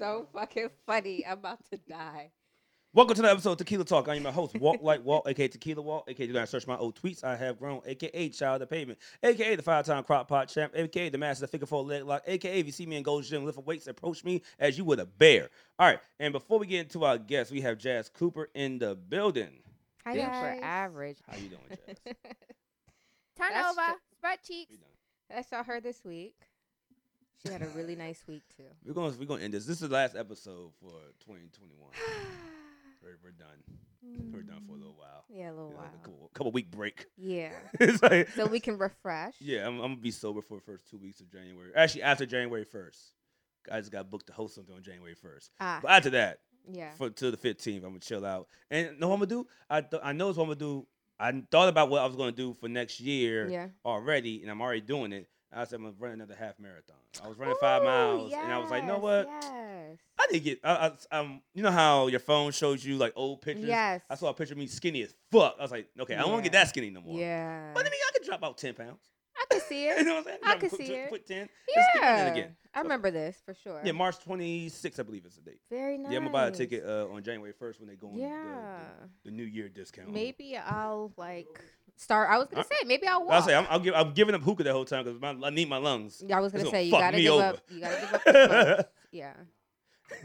fucking funny. I'm about to die. Welcome to the episode of Tequila Talk. I am your host, Walk Like Walt, aka Tequila Walt, aka you gotta search my old tweets. I have grown, aka Child of the Pavement, aka the five time crop pot champ, aka the master of the figure four leg lock, aka if you see me in Gold's Gym lifting weights, approach me as you would a bear. All right, and before we get into our guests, we have Jazz Cooper in the building. I Bitch. am for average. How you doing, Jazz? Turn That's over. ju- Spread We cheeks. done. I saw her this week. She had a really nice week too. We're going to we're going to end this. This is the last episode for 2021. We're, we're done. We're done for a little while. Yeah, a little It's while. like a couple, couple week break. Yeah. It's like- So we can refresh. Yeah, I'm, I'm gonna be sober for the first two weeks of January. Actually, after January first, I just got booked to host something on January first. Ah, But after that, yeah. for till the 15th, I'm gonna chill out. And know what I'm gonna do? I th- I know what I'm gonna do. I thought about what I was gonna do for next year Yeah. already, and I'm already doing it. I said I'm gonna run another half marathon. I was running five miles, and I was like, you know yes, what? Yes. I did get. I, I, um, you know how your phone shows you like old pictures. Yes. I saw a picture of me skinny as fuck. I was like, okay, I don't want to get Yeah. that skinny no more. Yeah. But I mean, I could drop out ten pounds. I could see You it. know what I'm saying? I Drop- could put- see put- it. Put ten. Let's keep running Yeah. again. I remember this for sure. Yeah, March 26th, I believe is the date. Very nice. Yeah, I'm gonna buy a ticket uh, on January 1st when they go on the- Yeah. the, the, New Year discount. Maybe I'll like start. I was gonna I- say maybe I'll walk. I'll say I'm, I'll give, I'm giving up hookah the whole time because I need my lungs. Yeah, I was gonna It's say you fuck gotta me give over. up. You gotta give up. the smoke. yeah.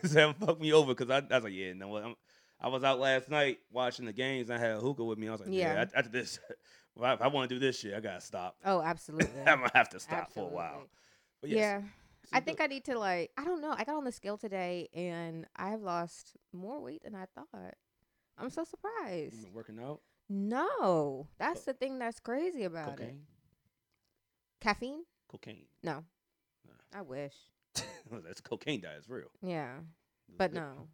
Sam fucked me over because I, I was like, yeah, no, I'm, I was out last night watching the games. and I had a hookah with me. I was like, yeah, Yeah. after this, if I, want to do this shit, I gotta stop. Oh, absolutely. I'm gonna have to stop for a while. Absolutely. But Yeah. so I good. think I need to like I don't know. I got on the scale today and I've lost more weight than I thought. I'm so You've surprised. been working out. No, that's the thing that's crazy about it. Cocaine, Caffeine? cocaine. No. Nah. I wish. That's cocaine diet. It's real. Yeah, but Li- no,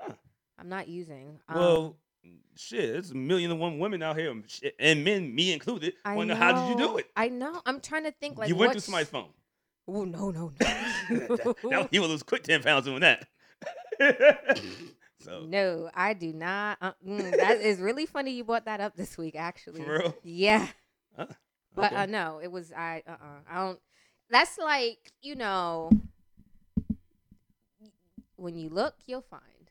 Huh. I'm not using. Um, Well, shit, it's a million and one women out here, and shit, and men, me included. I Wonder how did you do it? I know. I'm trying to think like you went through what's- somebody's phone. Oh no no that, no. that- he will lose quick ten pounds doing that. so No, I do not. Uh, mm, that is really funny. You brought that up this week, actually. for real, Yeah, but Okay. uh, no, it was I. Uh, uh I don't. That's like you know, when you look, you'll find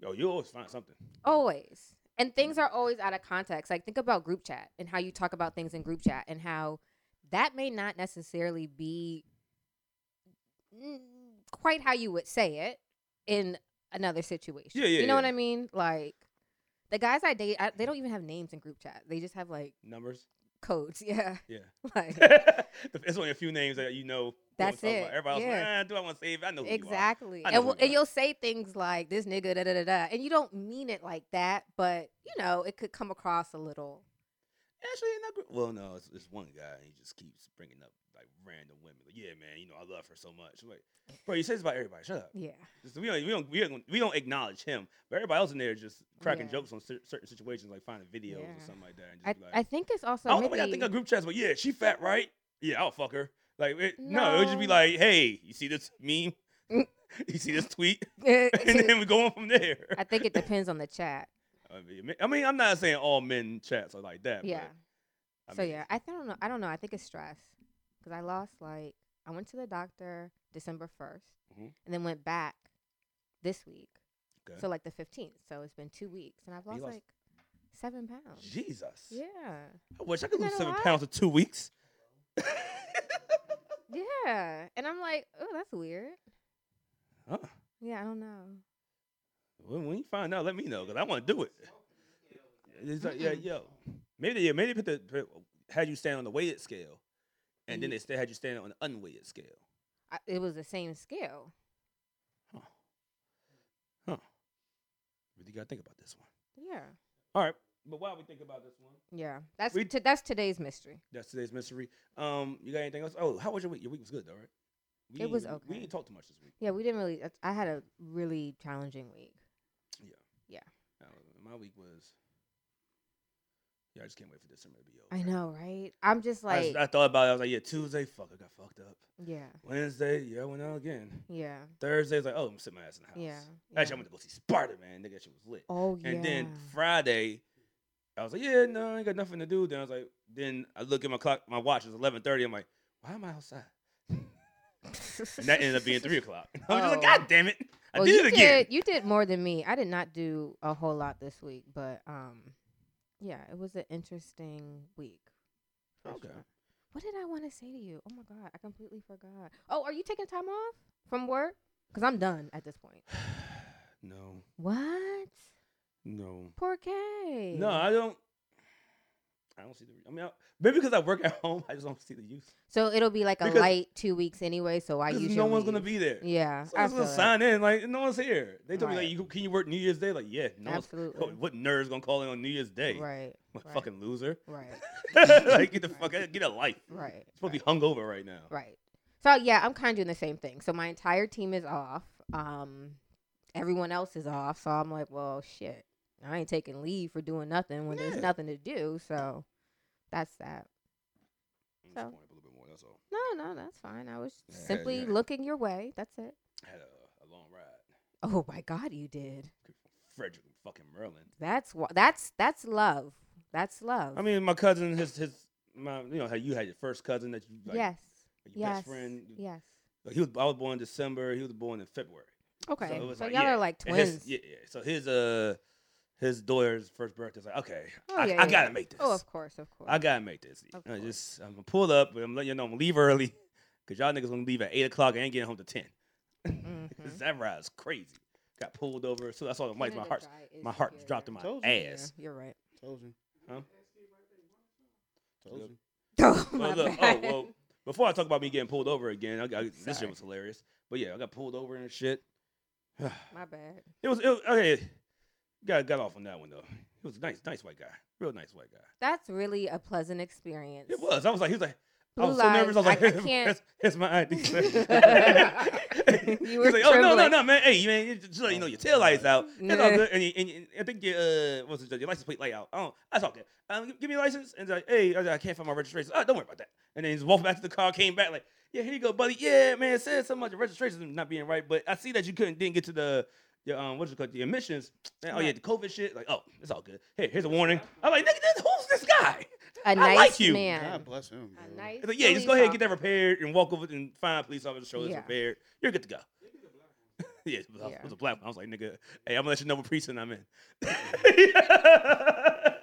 yo, you always find something. always, and things are always out of context. Like think about group chat and how you talk about things in group chat and how that may not necessarily be mm, quite how you would say it in another situation. Yeah, yeah, You know what yeah. I mean? Like the guys I date, I, they don't even have names in group chat. They just have like Numbers, codes. Yeah, yeah. like it's only a few names that you know. who I'm That's talking about. it, Everybody else, yeah. ah, do I want to save? I know who you are. Exactly. I know And, who well, you and are. you'll say things like this nigga da da da da and you don't mean it like that, but you know, it could come across a little. Actually, in that group, well, no, it's, it's one guy, and he just keeps bringing up like random women. Like, yeah, man, you know, I love her so much. I'm like, bro, you say this about everybody. Shut up. Yeah. Just- we don't we don't we don't, we don't acknowledge him, but everybody else in there is just cracking Yeah. jokes on cer- certain situations, like finding videos or Yeah. something like that. And just I, be like, I think it's also I don't know maybe, why I think of group chats, but yeah, she fat, right? Yeah, I'll fuck her. Like it, no. it would just be No. like, hey, you see this meme? Mm. you see this tweet? and I then we go on from there. think it depends on the chat. I mean, I mean, I'm not saying all men chats are like that. Yeah. But, I so mean, yeah, I, th- I don't know. I don't know. I think it's stress because I lost like I went to the doctor December 1st Mhm. and then went back this week. Okay. So like the fifteenth. So it's been two weeks and I've You lost, lost- like seven pounds. Jesus. Yeah. I wish I could Isn't lose that a seven lot? pounds in two weeks. Yeah. And I'm like, oh, that's weird. huh. Yeah, I don't know. When, when you find out, let me know because I want to do it. It's like, yeah, yo, maybe they, yeah, maybe they put the put- had you stand on the weighted scale, and then Ye- they still had you stand on the unweighted scale. I, it was the same scale. Huh? Huh? Really gotta think about this one. Yeah. All right, but while we think about this one, Yeah. That's We- to, that's today's mystery. that's today's mystery. Um, you got anything else? Oh, how was your week? Your week was good, though, right? We It ain't- was we- We okay. didn't talk too much this week. Yeah, we didn't really that's- I had a really challenging week. Uh, my week was. Yeah, I just can't wait for December to be over. I know, right? I'm just I, like just- I thought about it. I was like, yeah, Tuesday, fuck, I got fucked up. yeah. Wednesday, yeah, I went out again. Yeah. Thursday's like, oh, I'm sitting my ass in the house. Yeah. Actually, yeah. I went to go see Sparta, man. Nigga, that shit was lit. Oh yeah. And then Friday, I was like, yeah, no, I ain't got nothing to do. Then I was like, then I look at my clock, my watch is 11:30. I'm like, why am I outside? And that ended up being three o'clock. I was just like, Oh. god damn it! I Well, did you it again. Did, you did more than me. I did not do a whole lot this week, but um, yeah, it was an interesting week. for Okay. sure. What did I want to say to you? Oh my god, I completely forgot. Oh, are you taking time off from work? Cause I'm done at this point. No, What? no, Poor K. no. I don't. I don't see the. I mean, I, maybe because I work at home, I just don't see the use. So it'll be like a Because- light two weeks anyway. So I Because usually no one's gonna be there. Yeah, So I I'm just gonna feel it. sign in. Like no one's here. They told me Right. like, you, can you work New Year's Day? Like yeah, no one's. absolutely What nerd's gonna call in on New Year's Day? right, What right. fucking loser. right, like get the fuck Right. out, get a life. right. It's supposed right. to be hungover right now. Right. So yeah, I'm kind of doing the same thing. So my entire team is off. Um, everyone else is off. So I'm like, well, shit, I ain't taking leave for doing nothing when Yeah. there's nothing to do. So that's that. So- I'm disappointed a little bit more. That's all. No, no, that's fine. I was Yeah, simply yeah. looking your way. That's it. I had a, a long ride Oh my God, you did. from Frederick fucking Maryland. That's wha- that's that's love. That's love. I mean, my cousin, his his my, you know how you had your first cousin that you like, yes, your yes, best friend. you- yes. Like, he was I was born in December. He was born in February. Okay, it so, was like, y'all yeah. are like And twins. his, yeah, yeah. So his uh his daughter's first birthday is like okay, Oh, I, yeah, yeah, I gotta yeah. make this. Oh, of course, of course. I gotta make this. Of I course. just I'm gonna pull up, but I'm letting you know I'm gonna leave early because y'all niggas gonna leave at eight o'clock and ain't getting home to 10 Mhm. that ride is crazy. Got pulled over. So I saw the lights. My Canada heart, Dry is my heart superior. dropped in my Told you. Yeah, ass. you're right. Told you. Huh? Told you. Oh, Well, my look, oh bad. well. Before I talk about me getting pulled over again, I, got this shit Sorry. was hilarious. But yeah, I got pulled over and shit. it My bad. was, it was okay. Got got off on that one though. He was a nice, nice white guy, real nice white guy. That's really a pleasant experience. It was. I was like, he was like, I Blue was so nervous. I was lives, like, I- I can't- here's, here's my ID. sir." You He's were like, oh no, no, trembling. no, man. Hey, man, you just like, you know your tail lights out. It's all Nah. good. And, you, and, you, I think your uh, what's it, your license plate light out. I don't. That's all good. Um, gi- give me your license. And he's like, hey, I, I can't find my registration. Oh, don't worry about that. And then he's walking back to the car. Came back like, yeah, here you go, buddy. Yeah, man. it Said so much registration not being right, but I see that you couldn't didn't get to the. Your, um, what's it called? The emissions. Man, oh yeah, Right. the COVID shit. Like, oh, it's all good. Hey, here's a warning. I'm like, nigga, this, who's this guy? A like nice you. man. God bless him. bro. A nice He's like, yeah, just go ahead and get that repaired and walk over and find a police officer show it's Yeah. repaired. You're good to go. yeah, it was, Yeah. it was a black one. I was like, nigga, hey, I'm gonna let you know what precinct I'm in.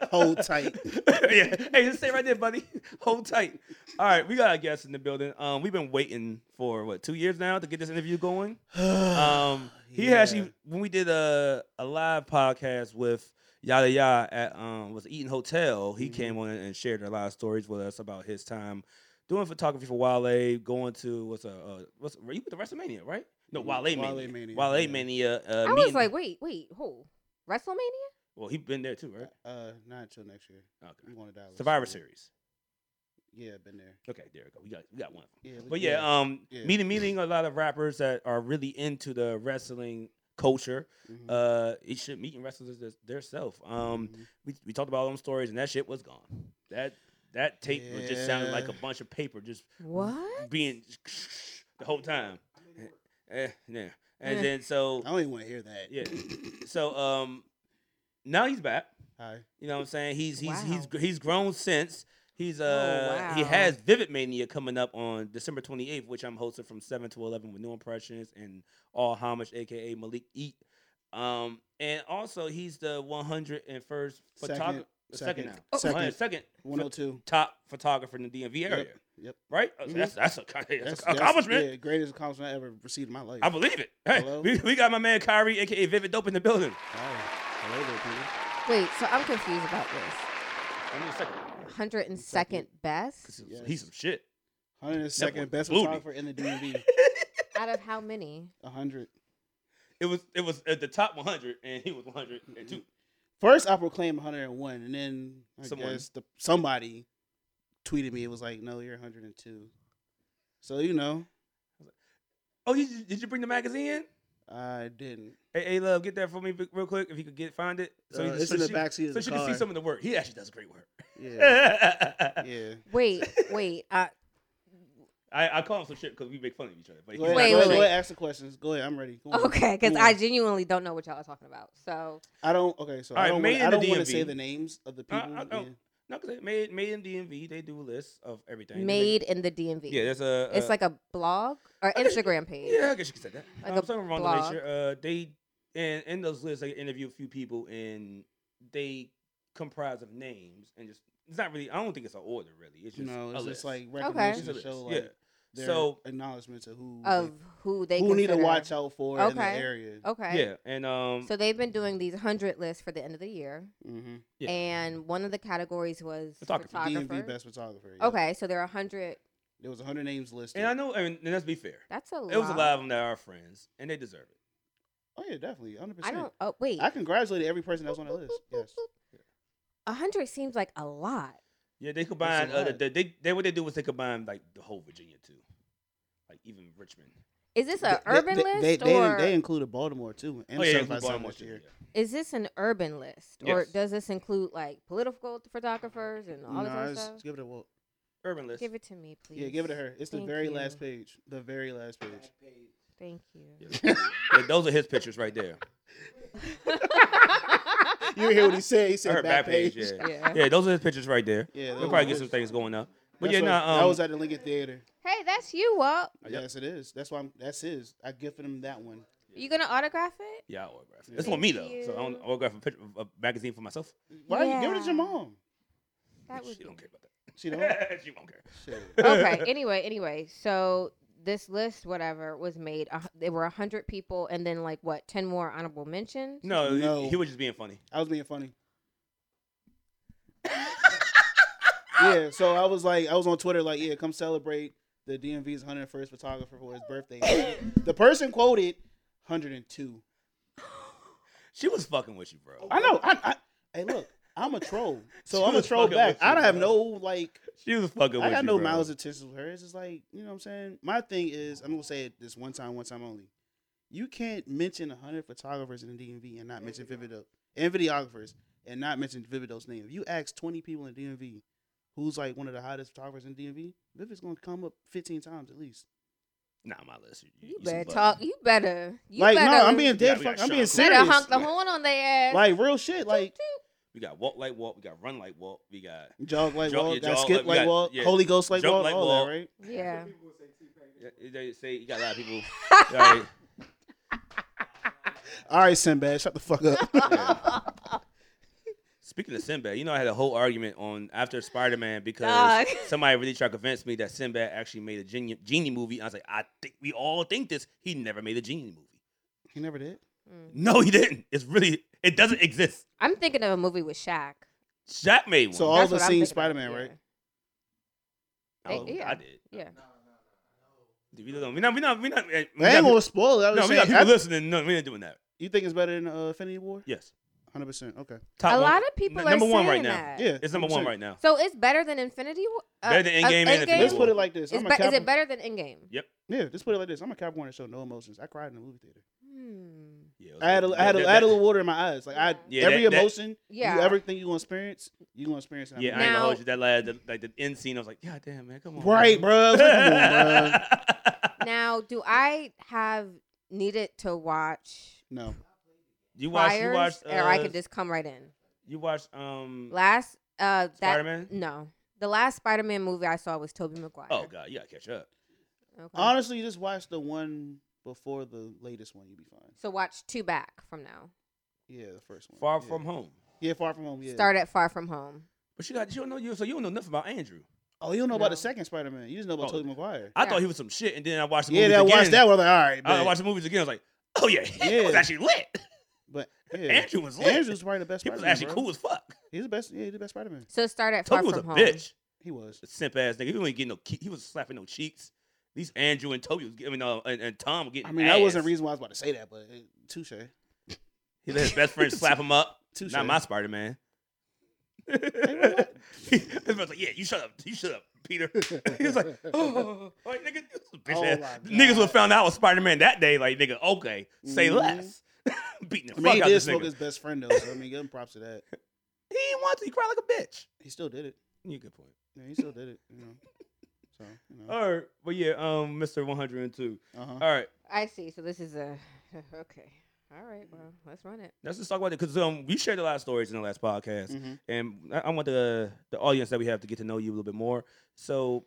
Hold tight. yeah. Hey, just stay right there, buddy. Hold tight. All right, we got a guest in the building. Um, we've been waiting for what two years now to get this interview going. Um, he Yeah. actually when we did a a live podcast with Yada Yada at um was Eaton Hotel, he Mhm. came on and shared a lot of stories with us about his time doing photography for Wale, going to what's a uh, what's were you with the WrestleMania, right? No, Mhm. Wale, Wale Mania. Mania, Wale yeah. Mania. Uh, I was meeting- like, wait, wait, who? WrestleMania? well, he been there too, right? Uh, not until next year. Okay. We want to Dallas. Survivor so- Series. Yeah, been there. Okay, there we go. We got we got one. Yeah, But yeah, um, Yeah. meeting meeting a lot of rappers that are really into the wrestling culture. mhm, Uh, it should meeting wrestlers their- their self. Um, mhm. we, we talked about all them stories, and that shit was gone. That that tape was just sounded like a Yeah. bunch of paper, just What? being the whole time. Eh, yeah, and Eh. then so I don't even want to hear that. Yeah. so um, now he's back. Hi. You know what I'm saying? He's he's he's Wow. gr- he's grown since. He's uh he wow. has Vivid Mania coming up on December 28th, which I'm hosting from 7 to 11 with New Impressions and All Homage, aka Malik Eat. Um, and also he's the 101st Second, photographer. Second, second, now. Oh. second. 102nd 102. top photographer in the DMV area, Yep. yep. right? Uh, Mhm. That's that's a that's a That's- that's- accomplishment. Yeah, greatest accomplishment I ever received in my life. I believe it. Hey, Hello? we, we got my man Kyrie, aka Vivid Dope, in the building. Hi. Hello there, people. Wait, so I'm confused about this. I need a 102nd second. best 'Cause He's some shit. 102nd best Booty. photographer in the DMV. out of how many? 100. It was it was at the top 100, and he was Mm-hmm. 102. First, I proclaimed 101, and then I Someone- guess the, somebody tweeted me. It was like, no, you're 102. So, you know, Oh, you, did you bring the magazine? in? I didn't. Hey, hey, love, get that for me b- real quick if you could get find it. Uh, you- it's in the she, backseat So of the she car. can see some of the work. He actually does great work. Yeah. yeah. Wait, wait. Uh, I, I call him some shit because we make fun of each other. But he's Go ahead, Wait, go, wait, go wait. ahead, ask the questions. Go ahead, I'm ready. Go on. okay, because Go I on. genuinely don't know what y'all are talking about. So I don't. Okay, so All I right, don't. made Wanna, in I the don't want to say DMV. the names of the I- people. I don't- yeah. No, because made made in DMV, they do lists of everything. They make- Made in the DMV. Yeah, there's a. uh, it's a- like a blog or I guess- Instagram page. Yeah, I guess you could say that. Like um, a something wrong with blog. nature. Uh, they and in those lists, they interview a few people, and they comprise of names and just. It's not really. I don't think it's an order, really. It's You just know, a it's list. just like It's recommendations just a to show list. like their So- acknowledgments of who Of who they who need to consider- watch out for in the Okay. area. yeah, Okay. yeah, and um, So they've been doing these hundred lists for the end of the year, Mm-hmm. Yeah. and one of the categories was Photography. photographer. DMV best photographer. yeah. Okay, so there are hundred. There was 100 names listed. and I know, and, and let's be fair. That's a. It was a lot. lot of them that are friends, and they deserve it. Oh yeah, definitely, 100. I percent don't. Oh wait, I congratulated every person that was on the list. Yes. a hundred seems like a lot. Yeah, they combine. That's a Uh, lot. they, they, they what they do was they combine like the whole Virginia too, like even Richmond. Is this an They- urban they, list They, they, or they included Baltimore too. And oh yeah, stuff it was I saw Baltimore this too, year. yeah. is this an urban list or Yes. does this include like political photographers and all this Nah, other it's- stuff? give it a wo- urban list. Give it to me, please. yeah, give it to her. It's the Thank very you. last page. The very last page. Thank you. Yeah. Yeah, those are his pictures right there. You hear what he said? He I said heard back back page. page. Yeah. Yeah. yeah, those are his pictures right there. Yeah, We'll those probably are get his. some things going up. But yeah, That's what- nah, um, that was at the Lincoln Theater. Hey, that's you, Walt. Yep. Yes, it is. That's why I'm. That's his. I gifted him that one. You gonna autograph it? yeah, I autographed. Yeah. It's on me though, Thank so I don't you. autograph a, picture, a magazine for myself. Why you give it Yeah. to your mom? That would she be. don't care about She don't. that. she won't care. Shit. okay. Anyway, anyway, so this list, whatever, was made. Uh, there were hundred people, and then like what, ten more honorable mentions? No, he- No. He, was just being funny. I was being funny. yeah, so I was like, I was on Twitter like, yeah, come celebrate the DMV's 101st photographer for his birthday. the person quoted 102. She was fucking with you, bro. I know. I, I, hey, look, I'm a troll, so I'm a Just troll fucking back. with you, I don't have bro. no like. She was fucking I with got you. no bro. malice intentions with her. It's just like you know what I'm saying. My thing is, I'm gonna say it this one time, one time only. You can't mention hundred photographers in the DMV and not mention Vivido and videographers and not mention Vivido's name. If you ask twenty people in the DMV who's like one of the hottest photographers in DMV, Vivid's gonna come up fifteen times at least. Nah, my list. You, some better butt. talk. You better. You like better. no, I'm being Yeah, dead. we fuck, got I'm being Sean better serious. honk the horn on their ass. Like real shit. Toot, Like toot. We got walk like walk. We got run like walk. We got jog like Jog- walk, yeah, got jog skip like- we like got- walk, yeah, holy ghost like jump walk, like all walk. that, right? yeah. they say you got a lot of people. right. All right, Sinbad, shut the fuck up. Speaking of Sinbad, you know I had a whole argument on after Spider Man because Dog. somebody really tried to convince me that Sinbad actually made a genie, genie movie. I was like, I think we all think this. He never made a genie movie. he never did. Mm. No, he didn't. It's really it doesn't exist. I'm thinking of a movie with Shaq. Shaq made one. So all That's of what us I'm seen thinking of, Spider Man, yeah. right? I, don't know if yeah. I did. Yeah. We don't. We not. We not. We not. We I ain't not gonna spoil it. I was no, just we got saying, people I- listening. No, we ain't doing that. you think it's better than uh, Infinity War? Yes. Hundred percent. Okay. Top a one. lot of people N- are number one saying right now. that. Yeah. It's number one 100%. right now. So it's better than Infinity War. Better than uh, Endgame and Infinity Let's War. put it like this. Is, I'm a be- is Capricorn. it better than Endgame? Yeah. Let's put it like this. I'm a Capricorn that show no emotions. I cried in the movie theater. Hmm. Yeah, I had a, I had a, that- I had that- a little water in my eyes. Like I Yeah, every that- that- emotion, Yeah. you, everything you gonna experience, you gonna experience. It. Yeah, I mean- ain't gonna Now- hold you. That last, the, like the end scene, I was like, God damn, man, come on. man." Right, bro. Come on, bruh. now, do I have needed to watch No. you watched, you priors, watched, uh, or I could just come right in? you watched, um, Last uh, that Spider-Man. no, the last Spider-Man movie I saw was Tobey Maguire. Oh God, you gotta catch up. Okay. Honestly, just watch the one before the latest one. You'll be fine. so watch two back from now. Yeah, the first one. Far Yeah. from home. Yeah, far from home. Yeah. Start at Far From Home. But you got, you don't know you, so you don't know nothing about Andrew. Oh, you don't know about No. the second Spider Man. You just know about Oh. Tobey Maguire. I Yeah. thought he was some shit, and then I watched the Yeah, movies that again. watched that one. I was Like, all right, I bet. watched the movies again. I was like, oh yeah, he was Yeah. actually lit. but yeah. Andrew was lit. Andrew's probably the best. he was Spider-Man, actually bro. cool as fuck. He's the best. Yeah, he's the best Spider Man. So start at Far Toby was From a Home. bitch, He was. a simp ass nigga. He wasn't getting no, ke- he was slapping no cheeks. At least Andrew and Toby was giving, uh, and, and Tom were getting. I mean, ass. that wasn't the reason why I was about to say that, but uh, touche. He let his best friend slap him up. Touche. Not my Spider Man. what? His friend's like, yeah, you shut up. You shut up, Peter. he was like, oh, like, nigga, this is a bitch Oh, ass. my Niggas would God. have found out I was Spider Man that day. Like, nigga, okay, say Mhm. less. Beating the I fuck mean, he out did this smoke nigga. his best friend though, so I mean, give him props to that. He didn't want to. He cried like a bitch. He still did it. You good point. Yeah, he still did it. You know. So you know. All right, but yeah, um, Mr. 102. Uh huh. All right, I see. So this is a okay. All right, well, let's run it. Let's just talk about it because um, we shared a lot of stories in the last podcast, Mhm. and I, I want the the audience that we have to get to know you a little bit more. So,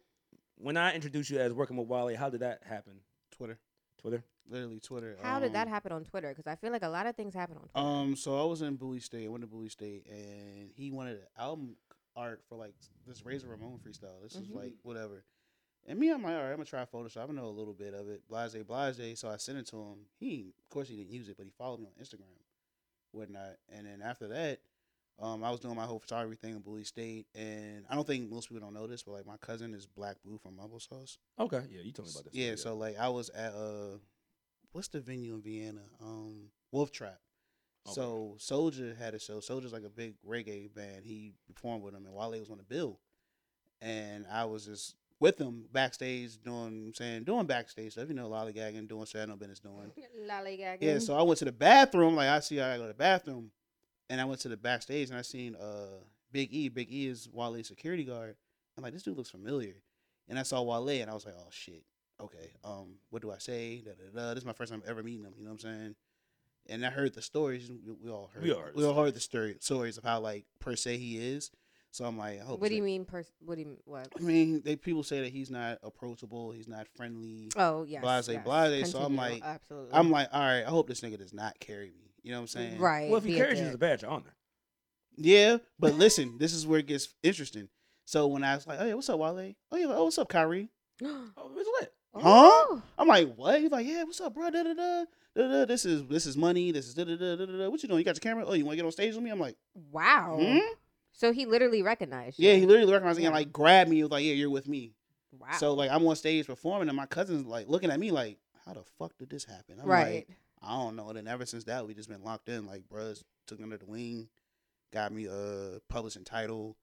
when I introduced you as working with Wally, how did that happen? Twitter, Twitter. literally Twitter. How did that um, happen on Twitter? Because I feel like a lot of things happen on Twitter. Um, so I was in Bowie State. I went to Bowie State, and he wanted an album art for like this Razor Ramon freestyle. This Mhm. is like whatever. And me, I'm like, all right, I'm gonna try Photoshop. I know a little bit of it. Blase, blase. So I sent it to him. He, of course, he didn't use it, but he followed me on Instagram, whatnot. And then after that, um, I was doing my whole photography thing in Bowie State, and I don't think most people don't know this, but like my cousin is Black Boo from Mumble Sauce. Okay. Yeah, you told me about this. Yeah, so like I was at uh what's the venue in Vienna? Um Wolf Trap. Oh, Okay. So Soldier had a show. Soldier's like a big reggae band. He performed with him and Wale was on the bill. And I was just with him backstage doing saying doing backstage stuff, you know, lollygagging, doing shadow business doing. Lollygagging. Yeah, so I went to the bathroom. Like I see, I gotta go to the bathroom, and I went to the backstage and I seen uh Big E. Big E is Wale's security guard. I'm like, this dude looks familiar, and I saw Wale and I was like, oh shit, okay. Um, what do I say? Da, da, da. This is my first time ever meeting him. You know what I'm saying? And I heard the stories. We, we all heard. We all heard the all heard the story, stories of how like per se he is. So I'm like, I hope. what it's do you not- mean? Pers- what do you mean? What? I mean, they people say that he's not approachable. He's not friendly. Oh yes. Blase, yes. blase, so I'm Continue, like- absolutely. I'm like, all right. I hope this nigga does not carry me. You know what I'm saying? right. well, if he be a carries you, dick. it's a badge of honor. Yeah, but listen, this is where it gets interesting. So when I was like, "Hey, what's up, Wale?" Oh yeah, oh, what's up, Kyrie? Oh, it's lit. Oh, I'm like, "What?" He's like, "Yeah, what's up, bro?" Da da da da da. This is this is money. This is da da da da da. What you doing? You got your camera? Oh, you want to get on stage with me? I'm like, Wow. "Hmm?" So he literally recognized you. Yeah, he literally recognized me and Yeah. like grabbed me. He was like, "Yeah, you're with me." Wow. So like I'm on stage performing, and my cousins like looking at me like, "How the fuck did this happen?" I'm right. like, I don't know. And then ever since that, we just been locked in. Like, bruh, took me under the wing, got me uh publishing title,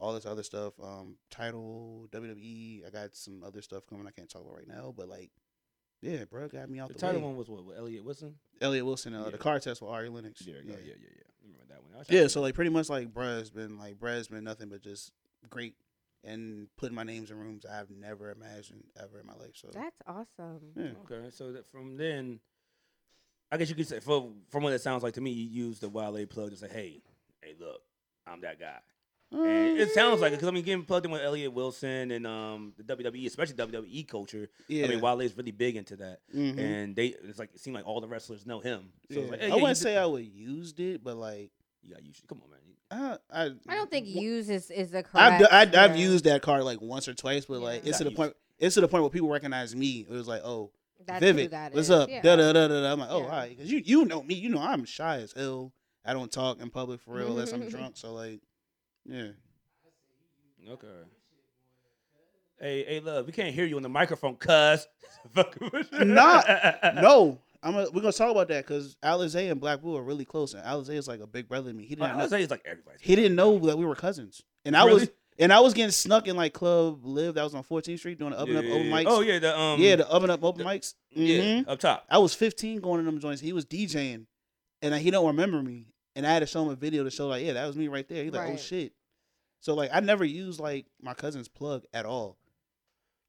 all this other stuff. Um, title WWE. I got some other stuff coming. I can't talk about right now, but like, yeah, bruh, got me out The the, title way. one was what? With Elliot Wilson. Elliot Wilson, uh, Yeah. the car test with Ari Lennox. There you go. Yeah, yeah, yeah. yeah. Remember that one? I was Yeah, like, so like pretty much like bruh's been like bruh's been nothing but just great and putting my names in rooms I've never imagined ever in my life. So That's awesome. yeah. Okay, so that from then, I guess you could say from from what it sounds like to me, you use the Wale plug and say, "Hey, hey, look, I'm that guy." And it sounds like it because I mean, getting plugged in with Elliot Wilson and um the WWE, especially WWE culture. yeah. I mean, Wale is really big into that, Mhm. and they it's like it seemed like all the wrestlers know him. So it's Yeah. like, hey, I yeah, you wouldn't did- say I would used it, but like You got you. Come on, man. I Uh, I, I don't think w- use is is the I've, correct. d- I've, I've yeah. used that card like once or twice, but like Yeah. it's Got to the used. point. It's to the point where people recognize me. It was like, oh, That's who Vivid, that what's is. up? Yeah. Da da da da. da. I'm like, oh, Yeah. all right, because you you know me. You know I'm shy as hell. I don't talk in public for real unless I'm drunk. So like, yeah. Okay. Hey, hey, love, we can't hear you on the microphone, cuz. Nah, No, I'm. A, we're gonna talk about that because Alizé and Black Bull are really close, and Alizé is like a big brother to me. He didn't. I know, would say it's like everybody's. he didn't know that we were cousins, and I was Really? and I was getting snuck in like Club Live that was on 14th Street doing the up and up Yeah, open yeah, yeah. mics. Oh yeah, the um yeah, the up and up open the- mics. yeah, Mhm. up top. I was 15 going to them joints. He was DJing, and like, he don't remember me. And I had to show him a video to show like, yeah, that was me right there. He's like, oh Right. shit. So like, I never used like my cousin's plug at all,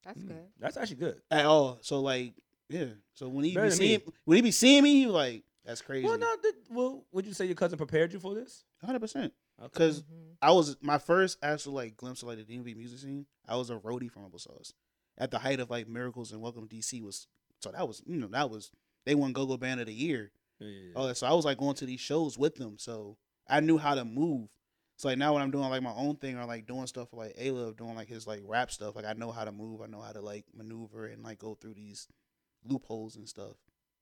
That's Mm, good. That's actually good. at all. So like, yeah. So when he Better be than seeing when he be seeing me, he was like, that's crazy. Well, no, th- well, would you say your cousin prepared you for this? 100. percent Okay. Because Mhm. I was my first actual like glimpse of like the DMV music scene. I was a roadie for Humble Sauce at the height of like Miracles and Welcome to DC was. So that was you know that was they won Go Go Band of the Year. Yeah, yeah, yeah. Oh, so I was like going to these shows with them, so I knew how to move. So like now when I'm doing like my own thing or like doing stuff for like Alov doing like his like rap stuff, like I know how to move, I know how to like maneuver and like go through these loopholes and stuff.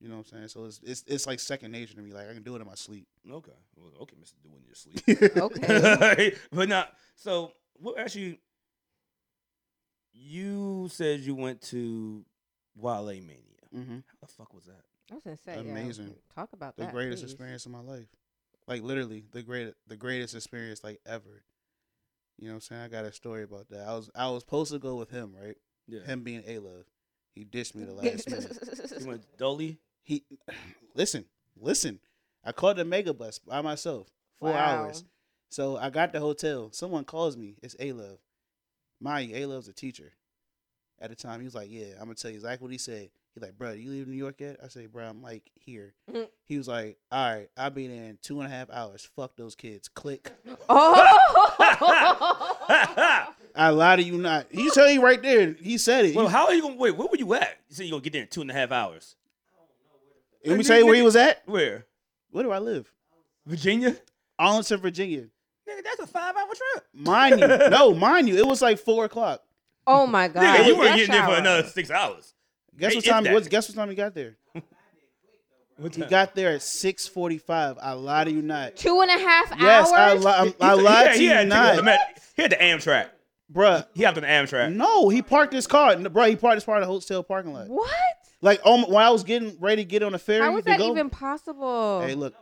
You know what I'm saying? So it's it's, it's like second nature to me. Like I can do it in my sleep. Okay. Well, okay, Mister, doing your sleep. Okay. but not so. What actually? You said you went to Wale Mania. mm-hmm. How the fuck was that? I was gonna say, Amazing. Yeah, talk about The that, greatest please. experience of my life. Like literally the great the greatest experience like ever. You know what I'm saying? I got a story about that. I was I was supposed to go with him, right? Yeah. Him being Alov. He dished me the last minute. You went to Dolly. He listen, listen. I called the mega bus by myself. Four Wow. hours. So I got the hotel. Someone calls me. It's A Love. Mind you, A Love's a teacher. At the time, he was like, Yeah, I'm gonna tell you exactly what he said. He like, bro, you leave New York yet? I say, bro, I'm like here. Mhm. He was like, all right, I'll be there in two and a half hours. Fuck those kids. Click. Oh. I lie to you not. He tell you right there. He said it. Well, how are you gonna wait? Where were you at? You said you gonna get there in two and a half hours. Let me tell you where he was at. Where? Where do I live? Virginia. Arlington, Virginia. Nigga, that's a five-hour trip. Mind you, no, mind you, it was like four o'clock. oh my god. Nigga, you that weren't getting there for shower. another six hours. Guess Hey, what if time? that. What's, guess what time he got there? What He time? got there at six forty-five. I lie to you not. Two and a half Yes, I, hours. li- I'm- I He- he lied had- to he you had not, go to Met- He had the Amtrak. bruh. He hopped on the Amtrak. No, he parked his car, No, bruh. He parked his car in the hotel parking lot. what? Like, oh, my- when I was getting ready to get on the ferry How is to that go. even possible? hey, look,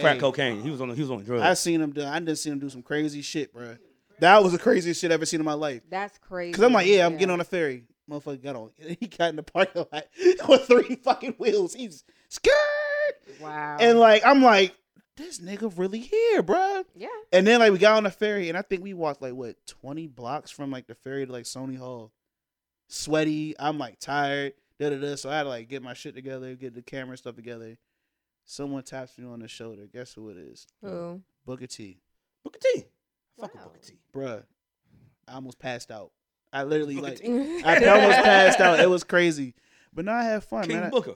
Crack hey, cocaine. He was on. He was on drugs. I seen him do. I done seen him do some crazy shit, bruh. That was the craziest shit I ever seen in my life. That's crazy. Cause I'm like, yeah, I'm getting on a ferry. Motherfucker got on. He got in the parking lot with three fucking wheels. He's scared. Wow. And like, I'm like, this nigga really here, bruh. yeah. And then like we got on the ferry, and I think we walked like what twenty blocks from like the ferry to like Sony Hall. Sweaty, I'm like tired, da da da. So I had to like get my shit together, get the camera stuff together. Someone taps me on the shoulder. Guess who it is? Who? Booker T, Booker T. Fuck with Wow. Booker T. bruh. I almost passed out. I literally Booker like T. I almost passed out. It was crazy, but now I had fun, King man. I- Booker.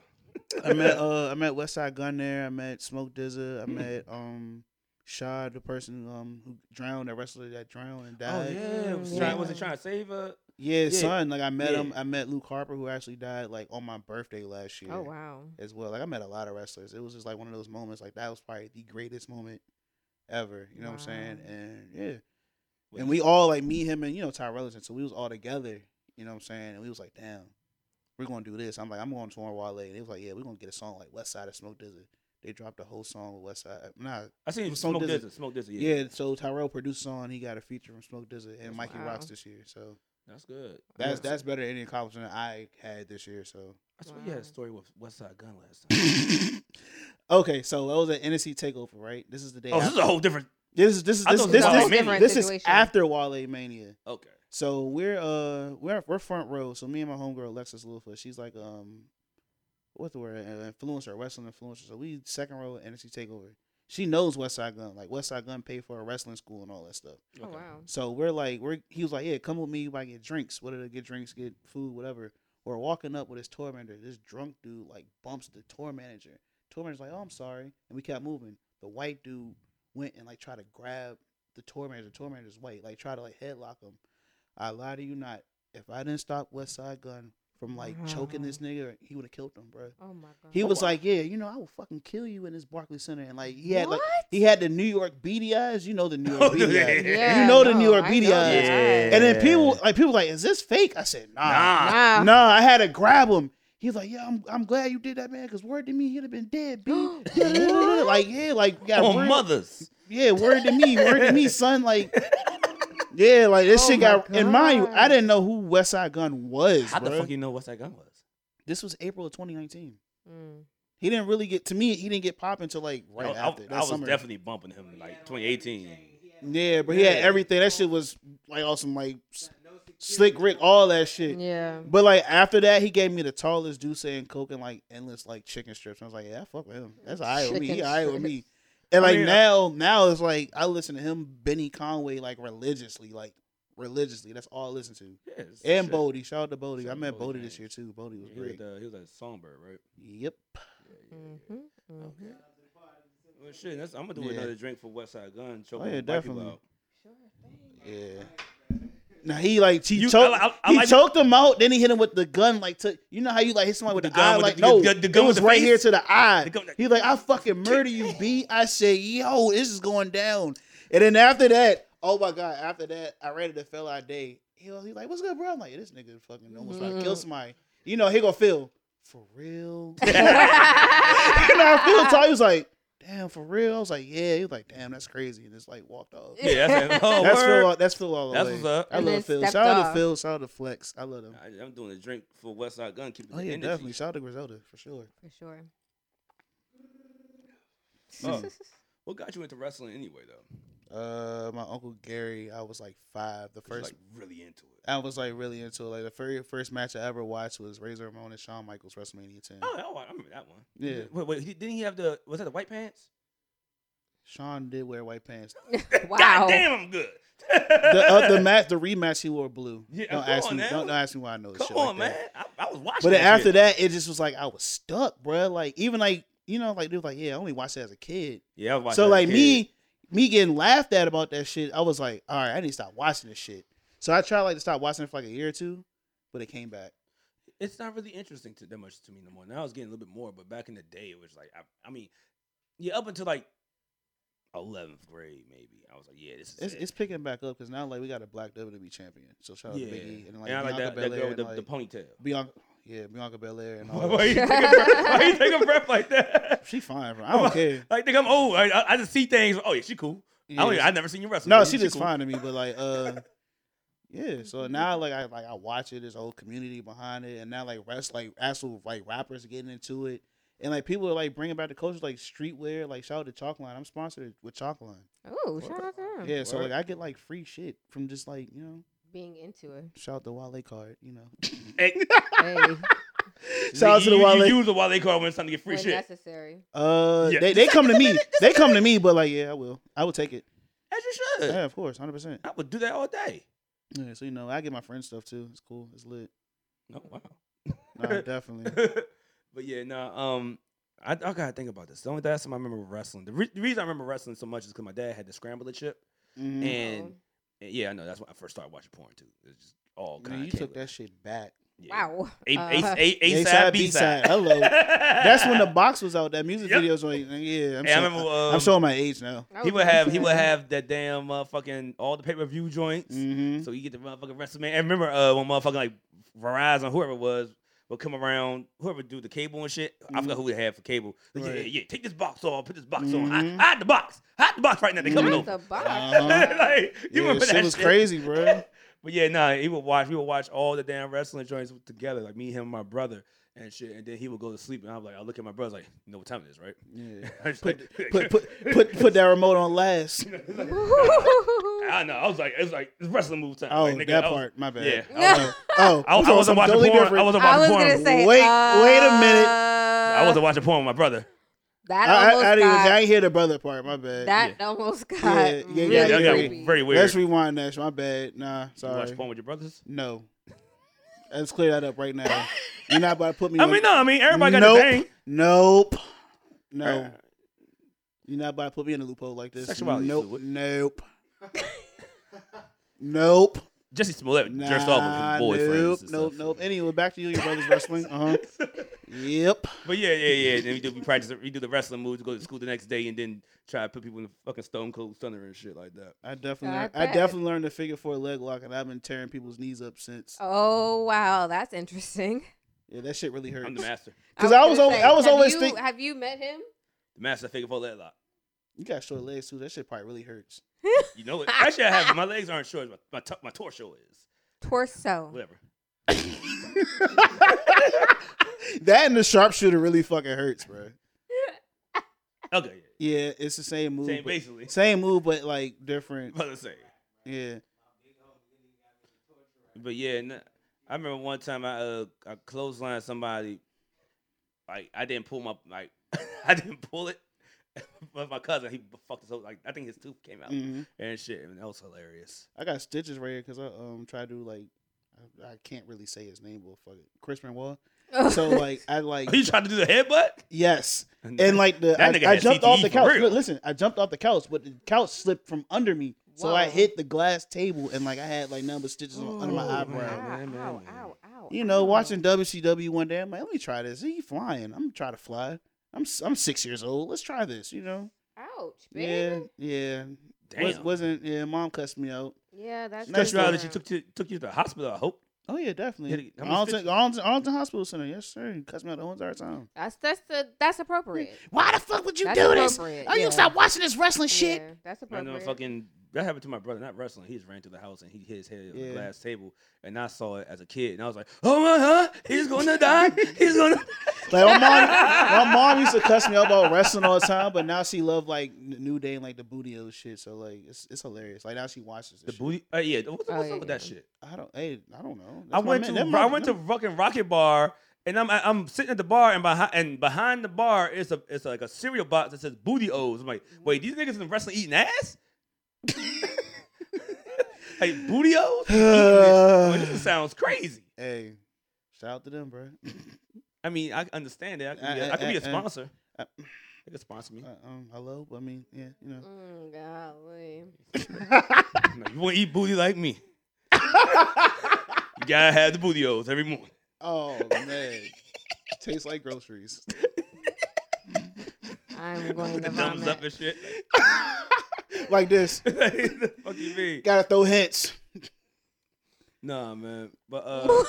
Oh, I met uh I met Westside Gun there. I met Smoke Mm-hmm. Dizza. I met um Shad, the person um who drowned, that wrestler that drowned and Oh died. yeah, was, Yeah. Trying, was he trying to save her? yeah. Yeah. son. Like I met Yeah. him. I met Luke Harper, who actually died like on my birthday last year. Oh wow. As well, like I met a lot of wrestlers. It was just like one of those moments. Like that was probably the greatest moment ever. You know what I'm saying? Wow. And yeah, and we all like me, him, and you know Tyrell's, and so we was all together. You know what I'm saying? And we was like, damn, we're gonna do this. I'm like, I'm going to Warren Wale, and they was like, yeah, we're gonna get a song like West Side of Smoke Desert. They dropped the whole song with West Side. Nah, I seen him Smoke smoke Dizzle. Dizzle. Smoke Dizzle. Yeah. yeah. So Tyrell produced a song. He got a feature from Smoke Desert and That's Mikey wow. Rocks this year. So that's good. that's Yeah. that's better than any accomplishment I had this year. So I swear you had Wow. a story with Westside Gun last time. okay, so that was an NSC takeover, right? This is the day. oh, this is after- a whole different. this is this is I this thought it this, was this, Wale Mania. this is Situation. after Wale Mania. Okay. So we're uh we're we're front row. So me and my homegirl Alexis Lufa, she's like um what's the word An influencer, a wrestling influencer. So we second row at NXT Takeover. She knows West Side Gun. Like West Side Gun paid for a wrestling school and all that stuff. Oh okay. wow. So we're like we're he was like yeah come with me. I get drinks. What did I get drinks? Get food, whatever. We're walking up with his tour manager. This drunk dude like bumps the tour manager. Tour manager's like oh I'm sorry, and we kept moving. The white dude went and like tried to grab the tour manager. The tour manager's white. Like tried to like headlock him. I lie to you not. If I didn't stop West Side Gun from like choking Wow. this nigga, he would have killed him, bro. Oh my god. He Oh, was wow. like, "Yeah, you know, I will fucking kill you in this Barclays Center," and like he had what? like he had the New York beady eyes. You know the New York Oh, beady yeah. eyes. yeah, you know the no, New York I BDI. know that. Yeah. And then people like people like, is this fake? I said, nah. Nah. Nah, Wow. I had to grab him. He's like, yeah, I'm, I'm glad you did that, man, because word to me, he'd have been dead, B. like, yeah, like you got on word, mothers. Yeah, word to me, word to me, son. Like Yeah, like this Oh shit my got and mind you, God. I didn't know who West Side Gun was. How the bruh. fuck you know Westside Gun was? this was April of twenty nineteen. Mm. He didn't really get to me, he didn't get pop until like right I, I- after. that I was summer. definitely bumping him in like 2018. Yeah, but he had Yeah. everything. That shit was like awesome, like s- slick Rick, all that shit. Yeah. But like after that, he gave me the tallest Deuce and Coke and like endless like chicken strips. I was like, yeah, fuck with him. That's I with me. He Chicken I with me. strips. And I like mean, I- now, now it's like I listen to him, Benny Conway, like religiously, like religiously. That's all I listen to. Yeah, it's the And shit. Bodie, shout out to Bodie. I Shout out met to Bodie Bodie, this man. year too. Bodie was He was, great. uh, he was at Songbird, right? Yep. Mm-hmm. Mm-hmm. Okay. Well, shit, that's, I'm gonna do Yeah. another drink for Westside Gun. Choke Oh, all yeah, the white people definitely. out. Yeah. Now he like he You- choked, I- I- I he like- choked him out. Then he hit him with the gun. Like took you know how you like hit somebody with the, The gun eye. with like the- no, the- the gun it with was the right face? here to the eye. The gun- He's like, I fucking murder you, B. I said, yo, this is going down. And then after that, oh my god, after that, I ran into fell out day. He was he's like, what's good, bro? I'm like, this nigga fucking almost about to kill Mhm. somebody. You know, he gonna feel for real. and I feel tall. He was like, damn, for real. I was like, yeah. He was like, damn, that's crazy. And just like walked off. Yeah, that's, oh, That's word. Phil. all- That's Phil all the That's way. what's up. I And love then Phil. stepped Shout out to off. Phil. Shout out to Flex. I love them. I, I'm doing a drink for Westside Gun. Keep Oh the yeah, energy. definitely. Shout out to Griselda for sure. For sure. Oh. What got you into wrestling anyway, though? Uh, my uncle Gary, I was like five. The First, first like really into it. I was like really into it. Like the very first match I ever watched was Razor Ramon and Shawn Michaels WrestleMania 10. Oh, oh, I remember that one. Yeah. Wait, wait, he- didn't he have the? Was that the white pants? Shawn did wear white pants. wow. God damn, I'm good. The uh, the match, the rematch, he wore blue. Yeah, don't come ask on me. now. Don't, don't ask me why I know. this Come shit like on, that. man. I, I was watching. But then that after shit. that, it just was like I was stuck, bruh. Like even like you know, like they was like, yeah, I only watched it as a kid. yeah, I was watching so that like kid. me, me getting laughed at about that shit, I was like, all right, I need to stop watching this shit. So I tried like to stop watching it for like a year or two, but it came back. it's not really interesting to that much to me no more. Now I was getting a little bit more, but back in the day, it was like, I, I mean, yeah, up until like eleventh grade, maybe I was like, yeah, this is It's, it. it's picking back up because now like we got a black WWE champion. So shout out yeah. to Big E and like I like Bianca that, that Belair girl with and, the, like, the ponytail. Bianca, yeah, Bianca Belair and all. Why you that. take a breath, why you take a breath like that? she fine, bro. I don't care. Like, think I'm old. I, I, I just see things. Oh yeah, she cool. I don't. Yeah, I never seen you wrestle. No, but she just cool. fine to me, but like, uh, yeah. So now, like, I like I watch it. There's a whole community behind it, and now like rest, like actual like rappers getting into it, and like people are like bringing back the culture, like streetwear. Like shout out to Chalkline. I'm sponsored with Chalkline. Oh, shout out to him. Yeah, so Word. like I get like free shit from just like you know Being into it. shout out the Wale card. You know, Hey, Hey, shout out to the you- Wale. You use the Wale card when it's time to get free when shit. necessary. uh, Yeah. they, they come to me. They come to me, but like yeah, I will. I will take it. As you should. Yeah, of course, hundred percent. I would do that all day. Yeah, so you know I get my friends stuff too. It's cool. It's lit. No, wow. Nah, definitely. but yeah, no. um, I, I gotta think about this. The only last time I remember wrestling, the, re- the reason I remember wrestling so much is because my dad had the scrambler chip, Mhm. and yeah, I know that's when I first started watching porn too. It was just all Man, kind. you took that shit back. wow. A, Uh, a, a, a A side, side, B B side. side. Hello. That's when the box. box was out. That music Yep. videos were. Yeah, I'm, Hey, I showing, remember, um, I'm showing my age now. I He was would gonna have he say. would have that damn motherfucking all the pay per view joints. Mm-hmm. So you get the motherfucking WrestleMania. And remember uh, when motherfucking like Verizon, whoever it was, would come around, whoever do the cable and shit. I forgot who they had for cable. Like, Yeah, Right. yeah, take this box off, put this box on. Mhm. Hide, hide the box. Hide the box right now. They coming Not Mhm. over. the box. Uh-huh. like you yeah, remember shit that was shit? crazy, bro. But yeah, nah, he would watch. We would watch all the damn wrestling joints together, like me, him, and my brother, and shit. And then he would go to sleep, and I'm like, I look at my brother, like, you know what time it is, right? Yeah. I was Put, like- put put put put that remote on last. I know. I was like, it's like it's wrestling move time. Oh, like, nigga, that I was- part. My bad. yeah. Oh, oh, I, I'm I talking wasn't something watching totally porn. I different. wasn't I watching was porn. gonna say. Wait- uh, wait a minute. I wasn't watching porn with my brother. That I, I, almost I, didn't even, got. I ain't hear the brother part. My bad. that almost got. Yeah, yeah, yeah, really Yeah, that got creepy. very weird. Let's rewind that. My bad. Nah, You sorry. watch porn with your brothers? No. Let's clear that up right now. You're not about to put me. I on- mean, no. I mean, everybody got nope. a thing. Nope. No. Uh, You're not about to put me in a loophole like this. Sexuality nope. fluid. Nope. nope. Jesse Smollett Nah, dressed off with his boyfriends. nope. and Nope. stuff. Nope. Anyway, back to you, and your brother's wrestling. Uh huh. Yep. But yeah, yeah, yeah. Then we do we practice, we do the wrestling moves, go to school the next day, and then try to put people in the fucking Stone Cold Stunner and shit like that. I definitely, I learned, I bet. definitely learned the figure four leg lock, and I've been tearing people's knees up since. Oh wow, that's interesting. Yeah, that shit really hurts. I'm the master, Because I was, gonna always, say, I was have always you- thinking, Have you met him? the master figure four leg lock. you got short legs too. That shit probably really hurts. You know it. Actually, I have. it. My legs aren't short. My my, t- my torso is. Torso. Whatever. That and the sharpshooter really fucking hurts, bro. Okay. Yeah, it's the same move. Same but- basically. Same move, but like different. About to say. Yeah. But yeah, n- I remember one time I uh I clotheslined somebody. Like I didn't pull my like I didn't pull it, but my cousin he bu- fucked his whole like I think his tooth came out hmm and shit and that was hilarious. I got stitches right here because I um try to do like I, I can't really say his name, but fuck it, Chris Benoit. So like I like Are you trying to do the headbutt? yes, and like the That nigga I, I had jumped CTE off the E for couch. real. Look, Listen, I jumped off the couch, but the couch slipped from under me, so I Whoa. hit the glass table and like I had like number stitches on, under Ooh, my eyebrow. man. Ow, man, ow, man. ow, ow, You know, ow. watching WCW one day, I'm like, let me try this. He flying. I'm trying to fly. I'm s- I'm six years old. Let's try this. You know. Ouch, Yeah, baby. yeah. Damn. Was, wasn't yeah? Mom cussed me out. Yeah, that's. uh, She Stressed you out that different. you took to, took you to the hospital. I hope. Oh yeah, definitely. Yeah, how much Arlington, did- Arlington, Arlington Hospital Center, yes sir. You cussed me out the whole entire time. That's that's the that's appropriate. Why the fuck would you That's do this? appropriate, Oh, you yeah. stop watching this wrestling shit. Yeah, that's I know appropriate. fucking That happened to my brother, not wrestling. He just ran through the house and he hit his head on Yeah. the glass table. And I saw it as a kid. And I was like, oh my God, he's going to die. He's going to Like my mom, my mom used to cuss me out about wrestling all the time, but now she love like N- New Day and like the booty hole shit. So like it's it's hilarious. Like now she watches The this shit. booty. Uh, yeah, what's, what's Oh, up yeah, with that yeah. shit? I don't. Hey, I don't know. I went to I went to fucking Rocket Bar and I'm I- I'm sitting at the bar and behind and behind the bar is a it's like a cereal box that says booty O's. I'm like, wait, these niggas in wrestling eating ass? like booty O's? Eating it? Boy, this to. sounds crazy. hey, shout out to them, bro. I mean, I can understand it. I could be a, I could be a sponsor. They could sponsor me. Uh, um, hello. I mean, yeah, you know. Mm, golly. No, you want to eat booty like me? You gotta have the booty O's every morning. oh man, tastes like groceries. I'm going With to the thumbs up vomit. and shit. like this. Like, the fuck you mean? Gotta throw hints. Nah, man. But uh,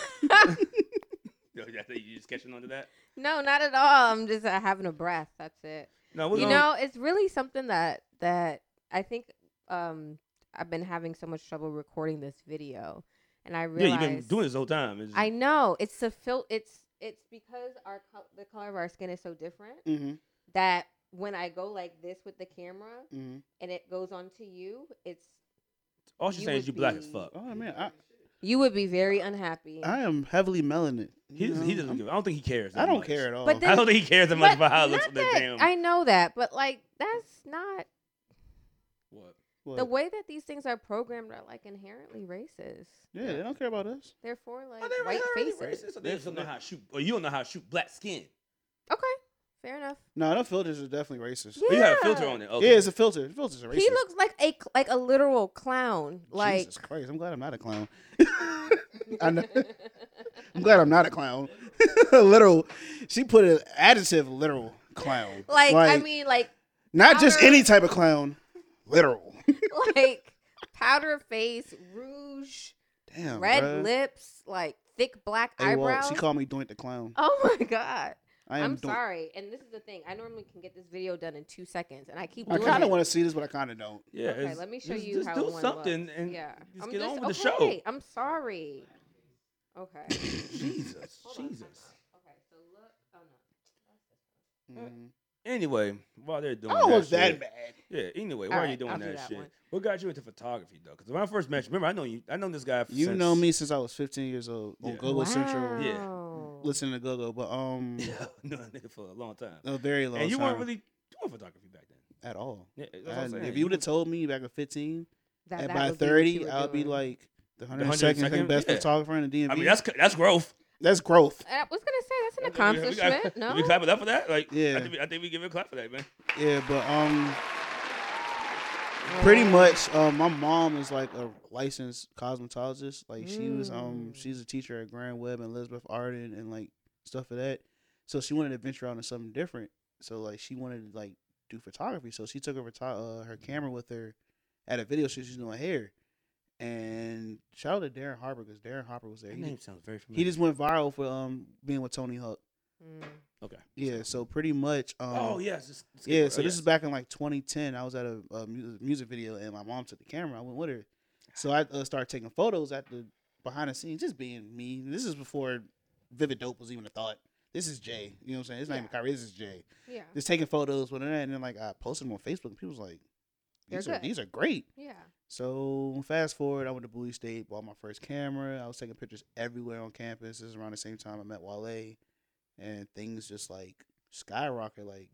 yo, I think you just catching on to that. no, not at all. I'm just uh, having a breath. That's it. No, we're you gonna- know, it's really something that that I think um I've been having so much trouble recording this video, and I yeah, realized you've been doing this the whole time. It's just- I know it's a fil- It's it's because our col- the color of our skin is so different Mm-hmm. that when I go like this with the camera mm-hmm. and it goes on to you, it's all she's you saying would is you black as be- fuck. Oh man, I, you would be very unhappy. I am heavily melanin. He, you doesn't, he know? doesn't I'm- give. I don't think he cares. I that don't much. care at all. But then- I don't think he cares that much But about how it looks not on that that- damn. I know that, but like that's not what? What? the way that these things are programmed are like inherently racist. yeah, they don't care about us. Therefore, like Oh, they were white already faces. racist, so They just don't know how to shoot. Or you don't know how to shoot black skin. Okay, fair enough. No, them filters are definitely racist. Yeah. Oh, you have a filter on it. Okay. Yeah, it's a filter. The filters are racist. He looks like a cl- like a literal clown. Like Jesus Christ, I'm glad I'm not a clown. I know. I'm glad I'm not a clown. literal. She put an adjective, literal clown. like, I mean, like not just powder- any type of clown, literal. like powder face, rouge, Damn, red bruh. lips, like thick black Hey, well, eyebrows. she called me Doink the clown. oh my god! I am I'm Doink. sorry. And this is the thing. I normally can get this video done in two seconds, and I keep. I Doing kind of it. want to see this, but I kind of don't. Yeah. Okay, it's- let me show just- you just how do one something looks. and yeah, just I'm get on just- with the okay, show. I'm sorry. Okay. Jesus, Hold on, Jesus. time out. Okay, so look. Oh no. Mm-hmm. Mhm. Anyway, while they're doing I don't look that, that shit- bad. Yeah. Anyway, why All are you right, doing I'll do that, that shit? one. What got you into photography though? Because when I first met you, remember I know you. I know this guy. You since- know me since I was 15 years old on Yeah. Go GoGo Central, Yeah. Wow. listening to GoGo, but um, Yeah, no, nigga, for a long time. a very long and you time weren't really doing photography back then. at all. Yeah, that's what I'm And saying. if you would have told me back at 15, That- and that by would be what 30, you were I'll be doing. like the 102nd 102nd second best yeah. photographer in the DMV. I mean, that's that's growth. that's growth. And Uh, I was gonna say that's an I think we- we- accomplishment. we, no. we clap it up for that. Like, Yeah. I think, we, I think we give it a clap for that, man. Yeah, but um, Oh. pretty much, uh, my mom is like a licensed cosmetologist. Like she was um, Mm. she's a teacher at Grand Web and Elizabeth Arden and like stuff of that. So she wanted to venture out into something different. So like she wanted to like do photography. So she took her photo- uh, her camera with her at a video shoot she's doing hair. And shout out to Darren Harper because Darren Harper was there. That He, name just- sounds very familiar. he just went viral for um being with Tony Hawk. Mm. okay. Yeah, so pretty much. Um, oh yes. it's- it's yeah, skateboard. so Oh, this yes. is back in like 2010. I was at a, a mu- music video and my mom took the camera. I went with her, so I uh, started taking photos at the behind the scenes, just being me. This is before Vivid Dope was even a thought. This is Jay. You know what I'm saying? It's not even Yeah. Kyrie. This is Jay. Yeah. Just taking photos with her, and then like I posted them on Facebook. And people was like, They're "These are good. these are great." Yeah. So fast forward, I went to Bowie State, bought my first camera. I was taking pictures everywhere on campus. This is around the same time I met Wale, and things just like skyrocket. Like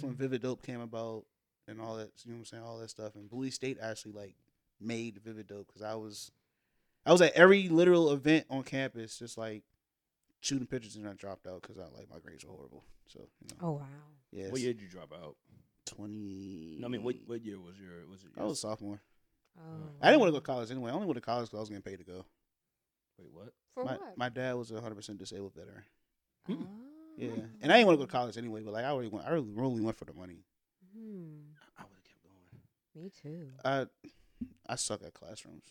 Mm-hmm. Hmm. when Vivid Dope came about and all that. You know what I'm saying? All that stuff. And Bowie State actually like made Vivid Dope because I was, I was at every literal event on campus, just like shooting pictures, and I dropped out because I like my grades were horrible. So you know, Oh wow. yeah, What year did you drop out? twenty. No, I mean, what what year was your was it? I your- was a sophomore. Oh. I didn't want to go to college anyway. I only went to college because I was getting paid to go. Wait, what? For my, what? my dad was a hundred percent disabled veteran. Hmm. Yeah, Oh. and I didn't want to go to college anyway. But like I already went, I really, really went for the money. Hmm. I would have kept going. Me too. I I suck at classrooms.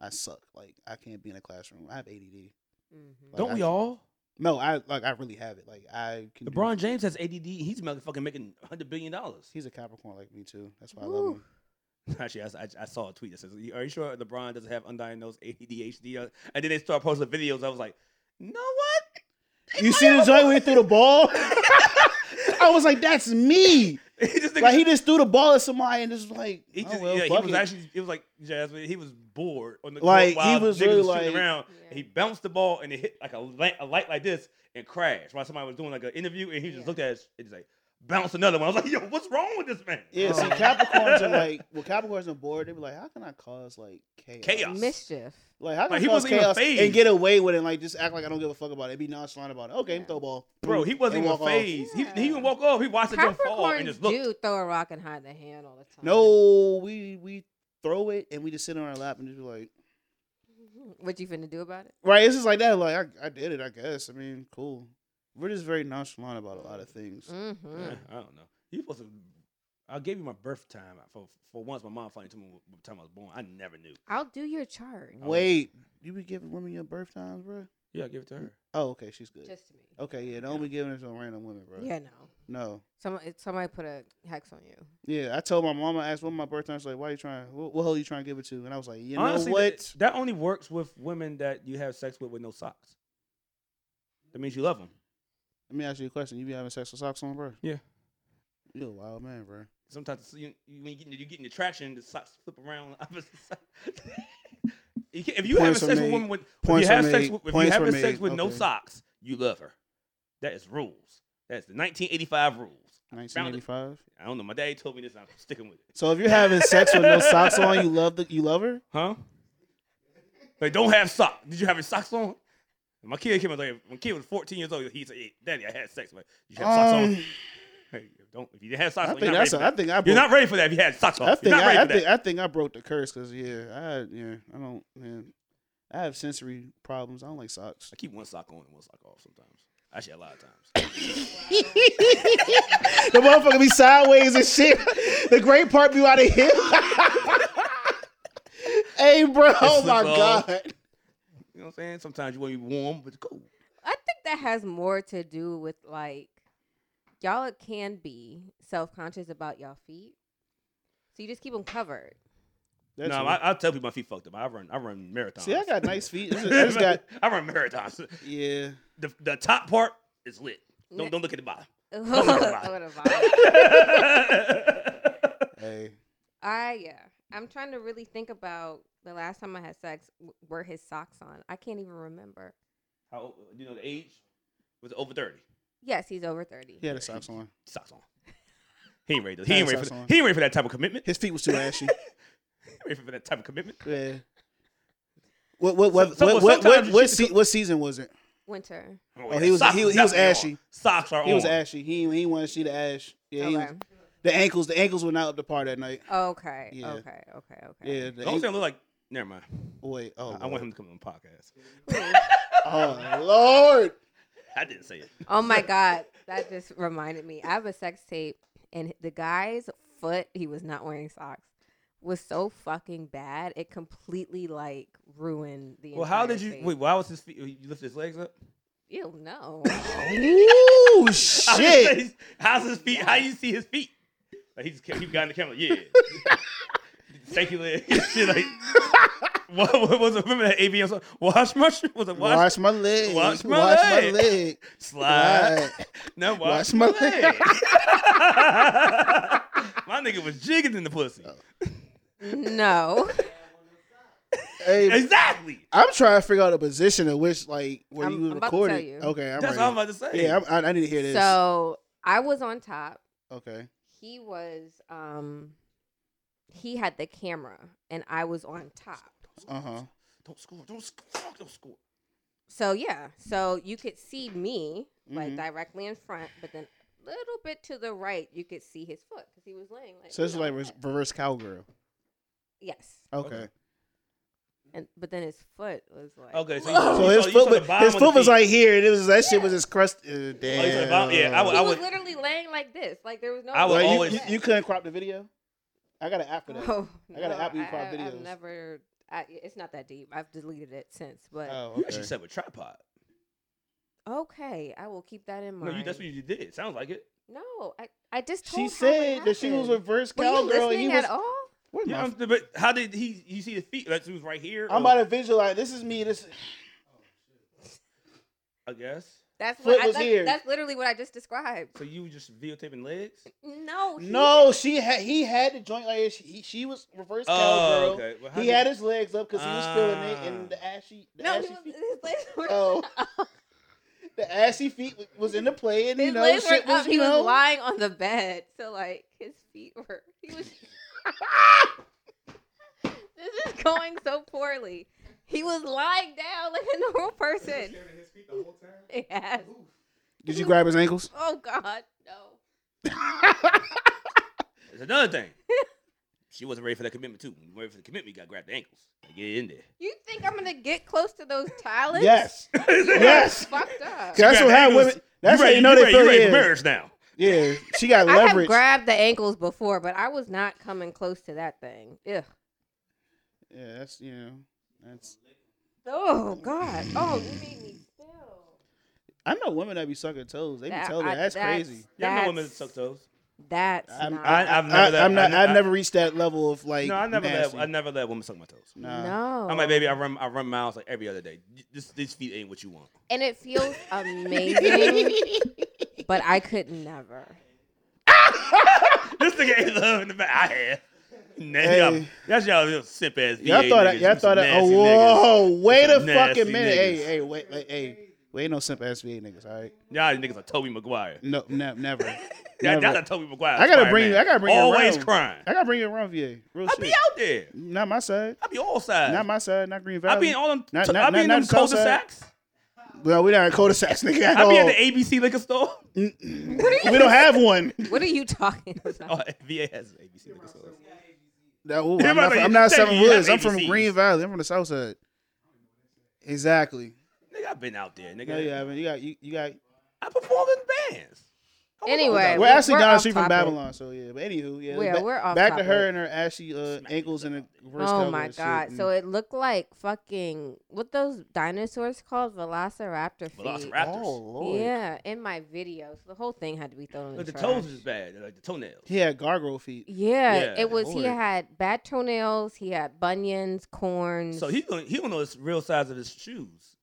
I suck. Like I can't be in a classroom. I have ADD. Mm-hmm. Like, Don't I- we all? No, I like I really have it. Like I can. do- LeBron James has ADD. He's motherfucking making hundred billion dollars. He's a Capricorn like me too. That's why I love him. Actually, I, s- I- I saw a tweet that says, "Are you sure LeBron doesn't have undiagnosed ADHD?" And then they start posting videos. I was like, "No, what?" You see the joint where he threw the ball? I was like, that's me. he just Like he just threw the ball at somebody and just was like, He oh, just well, yeah, he fuck was it. actually it was like Jasmine. He was bored on the court Like, he while was niggas really shooting like- around. Yeah. He bounced the ball and it hit like a light, a light like this and crashed while somebody was doing like an interview and he just Yeah. looked at it and just like bounced another one. I was like, yo, what's wrong with this man? Yeah, see, Oh. Capricorns are like, well, Capricorns are bored. They be like, how can I cause like chaos? Chaos. Mischief. Like, how can Like, I he cause wasn't even chaos phased. and get away with it? And, like, just act like I don't give a fuck about it. Be nonchalant about it. Okay, Yeah. throw ball, Bro, he wasn't And even walk off. phased. He, he Yeah. even walked off. He watched it jump fall and Capricorns just looked. do throw a rock and hide their hand all the time. No, we we throw it and we just sit on our lap and just be like, Mm-hmm. What you finna do about it? right? It's just like that. Like I, I did it. I guess. I mean, cool. We're just very nonchalant about a lot of things. Mm-hmm. Eh, I don't know. You supposed to. I gave you my birth time for for once. My mom finally told me what time I was born. I never knew. I'll do your chart. Wait, you be giving women your birth times, bro? Yeah, I give it to her. Oh, okay, she's good. Just to me. okay, yeah, don't be giving it to random women, bro. Yeah, no. No. Somebody, somebody put a hex on you. Yeah, I told my mom. I asked what my birth time. She's like, "Why you trying? What, what hole you trying to give it to?" And I was like, "You know Honestly, what? That, that only works with women that you have sex with with no socks. That means you love them. Let me ask you a question. You be having sex with socks on, bro? Yeah. You a wild man, bro. Sometimes you, you, when you get, you get in the traction, the socks flip around. on the opposite side. you can, if you have Points were sex with a made. woman with, if you Points were have sex made. with, if you Points were having sex made. with no Okay. socks, you love her. That is rules. That's the 1985 rules. I found it. 1985. I don't know. My daddy told me this. and I'm sticking with it. So if you're having sex with no socks on, you love the you love her. Huh? Like, don't have socks. Did you have your socks on? My kid came out like when kid was 14 years old. He said, hey, "Daddy, I had sex." Like, you have socks on. Um, Hey, don't if you had socks I on, you're think not, ready that's. for A, I that. think I. you're Broke, not ready for that if you had socks on. I think you're not ready I, I for think that. I think I broke the curse because yeah, I yeah I don't man. I have sensory problems. I don't like socks. I keep one sock on and one sock off sometimes. Actually, a lot of times. the motherfucker be sideways and shit. The great part be out of here. hey, bro. Oh This my is all- god. You know what I'm saying? Sometimes you want to be warm, but it's cool. I think that has more to do with like y'all can be self conscious about y'all feet, so you just keep them covered. That's no, weird. I, I tell people my feet fucked up. I run, I run marathons. see, I got nice feet. I just- I just got I run marathons. yeah. The, the top part is lit. Ne- Don't don't look at the bottom. What about a it. vibe. Hey, I Ah, yeah. I'm trying to really think about the last time I had sex. w- Were his socks on? I can't even remember. How old- you know the age was over thirty. Yes, he's over thirty. he had a socks on. Socks on. He ain't ready. To, he ain't ready for. Socks on. He ain't ready for that type of commitment. He His feet was too ashy. ain't ready for that type of commitment. Yeah. What what what So- so- what what, sometimes what, you what, shoot se- what season was it? Winter. Oh, he yeah, was- socks he is was- he was definitely on. ashy. Socks are He was on. ashy. He he wanted to see the ash. Yeah, he was, Okay. the ankles the ankles were not up to par that night. Okay. Yeah. Okay. Okay. Okay. Yeah, the Don't say ankle, I look like. Never mind. wait. Oh, I- I want him to come on the podcast. oh Lord. I didn't say it. Oh my god, that just reminded me. I have a sex tape, and the guy's foot, he was not wearing socks, was so fucking bad. It completely like ruined the. Well, how entire did you? thing. Wait, why was his feet? You lifted his legs up. Ew, no. Ooh I was gonna shit. say, How's his feet? How you see his feet? Like he just kept, he got in the camera. Like, yeah. Thank you, leg. Shit, like. What, what was it? Remember that ABM song? Wash my shoes. Was it wash? Wash my leg. wash my leg. leg. slide. Slide. No, wash, Wash my my leg. my nigga was jigging in the pussy. Oh. no. Hey, Exactly. I'm trying to figure out a position in which like where I'm- you I'm were about to tell recorded. you. Okay, I'm That's ready. all I'm about to say. yeah, I'm, I, I need to hear this. So I was on top. okay. He was. um He had the camera, and I was on top. Uh huh. Don't score. Don't score. Don't score. So yeah, so you could see me like Mhm. directly in front, but then a little bit to the right, you could see his foot because he was laying like. So this is you know, like res- reverse cowgirl. yes, Okay. and but then his foot was like. Okay, so, you, Oh. So you his saw, you foot, saw the was, bomb his on the foot was feet. like here, and it was that shit was just crust. Uh, saw the damn. bomb? Yeah, I would- He I was would- literally laying like this, like there was no. I would Like, you, always- you, you couldn't crop the video. I got an app for that. Oh, I got an no, app where you crop I- I've videos. never. I, it's not that deep. I've deleted it since, but Oh, You okay. actually said with tripod. okay, I will keep that in No, mind. you, that's what you did. Sounds like it. No, I, I just told She her what said that she was happened. reverse Were you cowgirl. and listening he at was all? Where's You my know, phone? but how did he? You see the feet? Like he was right here. I'm or- about to visualize. This is me. This I guess. That's Foot what I, was that's, here. that's literally what I just described. So you just videotaping legs? No, he- no, she had. He had the joint like this. She, she was reverse cowgirl. Oh, okay. Well, how He did- had his legs up because he was feeling it, Ah. and the ashy, the no, ashy he was, feet, his legs were, Oh, the ashy feet w- was in the play, and his you know, legs were shit up. was, he you know, was lying on the bed, so like his feet were. He was. this is going so poorly. He was lying down like a normal person. Yes. Did you grab his ankles? Oh God, no. It's another thing. she wasn't ready for that commitment too. When you were ready for the commitment, you got to grab the ankles. Like, get in there. You think I'm gonna get close to those talents? Yes, yes. Fucked up. That's got what how angles. women. That's you how ready, you know they ready, you feel. ready for Yeah, marriage now. yeah. She got I have leverage. grabbed the ankles before, but I was not coming close to that thing. Ugh. Yeah, that's you know, that's. Oh God. Oh, you made me feel. I know women that be sucking toes. They be That- telling I- her that's crazy. Yeah, I know women that's- suck toes. That's I'm- not. I, I've never. I, let, I'm not. I, I've never reached that level of like. No, I never nasty. let. I never let women suck my toes. Nah. no. I'm like, baby, I run. I run miles like every other day. This, these feet ain't what you want. And it feels amazing, but I could never. this nigga ain't loving the back. I have. Nah, Hey. y'all- That's y'all little simp ass. Y'all VA thought niggas, that, y'all some thought that, oh, nasty niggas. whoa, wait a Some nasty fucking minute. niggas. Hey, hey, wait, wait, hey. We ain't no simp ass VA niggas, all right? Y'all niggas are Toby Maguire. No, ne- never. Y'all, never. y'all are Toby Maguire. I gotta bring you- I gotta bring you Always around. crying. I gotta bring you around VA. Real I shit. be out there. Not my side. I be all sides. Not my side. Not Green Valley. I be in all them. Not- t- not- I be not- in not them the south cul side. de sacs. No, we not in cul-de-sacs, nigga. At I be all. at the ABC liquor store. we don't have one. What are you talking about? Oh, VA has ABC liquor stores. No, ooh, Yeah, I'm not, but from- you I'm not said Seven you have Woods. I'm from ABCs. Green Valley. I'm from the South Side. Exactly. Nigga, I've been out there. Nigga, No, you haven't. You got. You, you got. I perform in bands. Hold on, Anyway. dog. We're we're- actually we're down the off street from topic. Babylon, so yeah. But anywho, yeah. Yeah, back, we're off Back topic. to her and her ashy uh, Smack ankles you and a reverse Oh cover my and shit, God. and- So it looked like fucking what those dinosaurs called Velociraptor feet. Velociraptor. Raptors. Oh lord. Yeah, in my video, so the whole thing had to be thrown in Look, the the trash. toes is bad. Like the toenails. He had gargoyle feet. Yeah, Yeah, it was. He Lord. had bad toenails. He had bunions, corns. So he gonna, he don't know his real size of his shoes.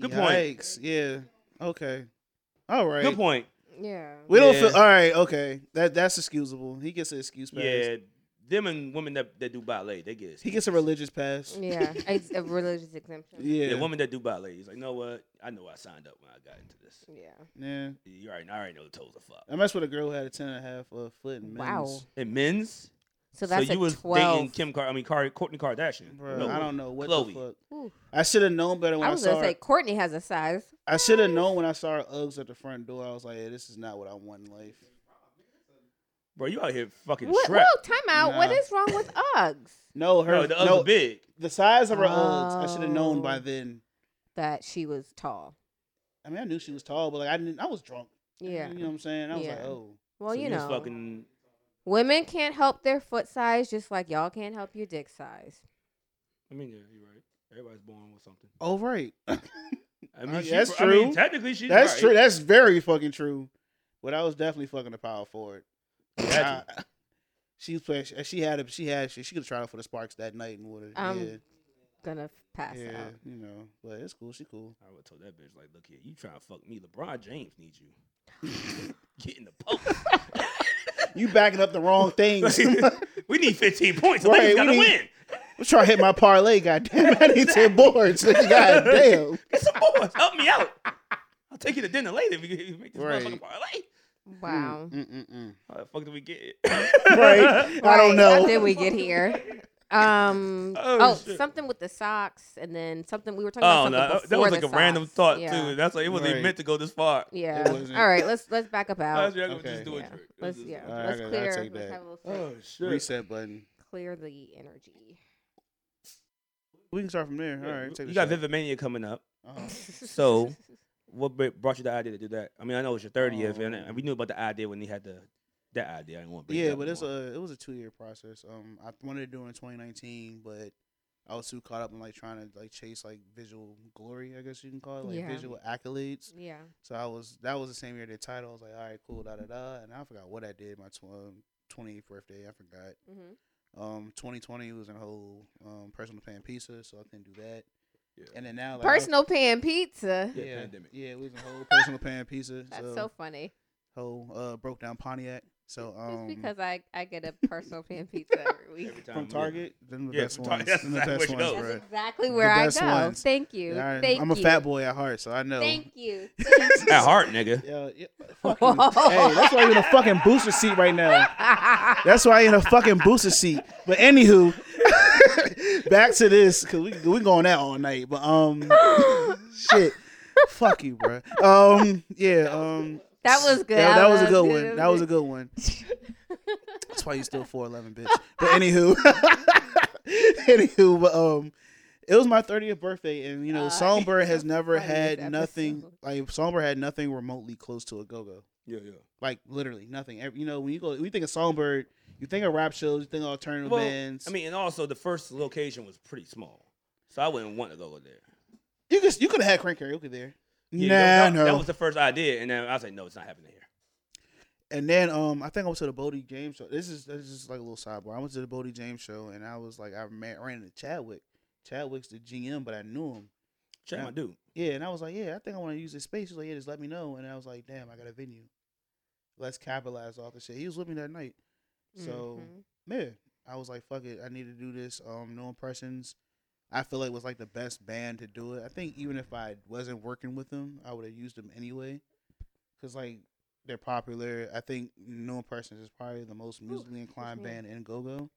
Good point. Yikes. Yeah. Okay. All right. Good point. yeah. We don't Yeah. feel all right. Okay. That that's excusable. He gets an excuse pass. Yeah, them and women that, that do ballet, they get. He gets a religious pass. Yeah, it's a religious exemption. Yeah. The Yeah. woman that do ballet, he's like, you know what? I know I signed up when I got into this. Yeah. You already, I already know the toes are fucked. I messed with a girl who had a ten and a half uh, foot in men's. Wow. And men's. So that's you a was dating twelve. Kim Car. I mean, Car- Courtney Kardashian. Bruh, No, I don't know what Chloe. the fuck. Ooh. I should have known better when I I, was saw gonna her. say Courtney has a size. I should have known when I saw her Uggs at the front door. I was like, yeah, this is not what I want in life. bro, you out here fucking What? strapped. Whoa, time out. What Nah. is wrong with Uggs? No, her No, the other no, big. the size of her Uggs. I should have known Oh. by then. That she was tall. I mean, I knew she was tall, but like I didn't. I was drunk. Yeah. you know what I'm saying. I was like, Yeah. oh, Well, So you you was know, fucking women can't help their foot size just like y'all can't help your dick size. I mean, yeah, you're right. Everybody's born with something. oh right. I mean, Uh, she, that's I mean, true. technically, she's That's right. true. That's very fucking true. But I was definitely fucking a power forward. Gotcha. I- she was playing. She, she had a. She had. She, she could have tried out for the Sparks that night and would have. I'm Yeah, Gonna f- pass yeah. Um, out. You know, but it's cool. She cool. I would told that bitch like, look here, you trying to fuck me? LeBron James needs you. Get in the post. You backing up the wrong things. we need 15 points. The Right, Lakers we gotta need- win. I'm trying to hit my parlay. Goddamn, I need ten boards. God damn. Get some boards. Help me out. I'll take you to dinner later if you if you make this Right. motherfucking parlay. Hmm. Wow. Mm-mm-mm. How the fuck did we get it? Right. I Right, don't know. How did we get here? Um. Oh, oh, shit. something with the socks, and then something we were talking Oh about. no, something that- that was before like a the random socks. thought yeah. too. That's like it wasn't even Right. meant to go this far. Yeah. wasn't. All right. Let's let's back up I was out. like, let's Okay. just do a Yeah. drink. Let's just- yeah. All right, I let's gotta- I'll clear. take let's that. have a little Oh shit. Reset button. clear the energy. We can start from there. Yeah, All right. Take you a got shot. Vivid Mania coming up. Uh-huh. So- What br- brought you the idea to do that? I mean, I know it's your thirtieth, and Oh. and we knew about the idea when he had the that idea. I didn't want to bring it Yeah, up but no it's more. a it was a two year process. Um, I wanted to do it in 2019, but I was too caught up in like trying to like chase like visual glory, I guess you can call it, like Yeah. visual accolades. Yeah. So I was that was the same year the title. I was like, all right, cool, da da da, and I forgot what I did. My tw- um, 28th birthday. I forgot. Mm-hmm. Um, 2020 was a whole um personal pan pizza, so I couldn't do that. Yeah. And then now, like, I- Personal pan pizza. Yeah, yeah, pandemic. yeah, it was a whole personal pan pizza. That's so, so funny. whole uh broke down Pontiac. So um, Just because I, I get a personal pan pizza every week. Every time from yeah. Target, then the Yeah, best from ones, Target. That's them the exactly best what you ones, know. That's bro. exactly where I best go. ones. Thank you. Yeah, I- Thank I'm a you. fat boy at heart, so I know. Thank you. At heart, nigga. Yo, yeah, fucking- hey, that's why you're in a fucking booster seat right now. That's why you're in a fucking booster seat. But anywho, back to this because we we going that all night. But um, shit, fuck you, bro. Um, yeah, um, That was good. That, that was a I good loved it. one. That was a good one. That's why you still four eleven, bitch. But anywho, anywho, but um, it was my thirtieth birthday, and you know, Uh, Songbird has never funniest had nothing episode. like Songbird had nothing remotely close to a go go. Yeah, yeah. Like literally nothing. Every- You know, when you go, when you think of Songbird, you think of rap shows, you think of alternative Well, bands. I mean, and also the first location was pretty small, so I wouldn't want to go there. you could you could have had crank karaoke there. Yeah, nah, that, no. that was the first idea, and then I was like, no, it's not happening here. And then um, I think I went to the Bodie James show. This is this is like a little sidebar. I went to the Bodie James show, and I was like, I ran, ran into Chadwick. Chadwick's the GM, but I knew him. Check Yeah. my dude. Yeah, and I was like, yeah, I think I want to use this space. He's like, yeah, just let me know. And I was like, damn, I got a venue. Let's capitalize off the shit. He was with me that night, so Mhm. man, I was like, fuck it, I need to do this. Um, no impressions. I feel like was like the best band to do it. I think even if I wasn't working with them, I would have used them anyway, cause like they're popular. I think No Impressions is probably the most musically inclined me. band in Go Go.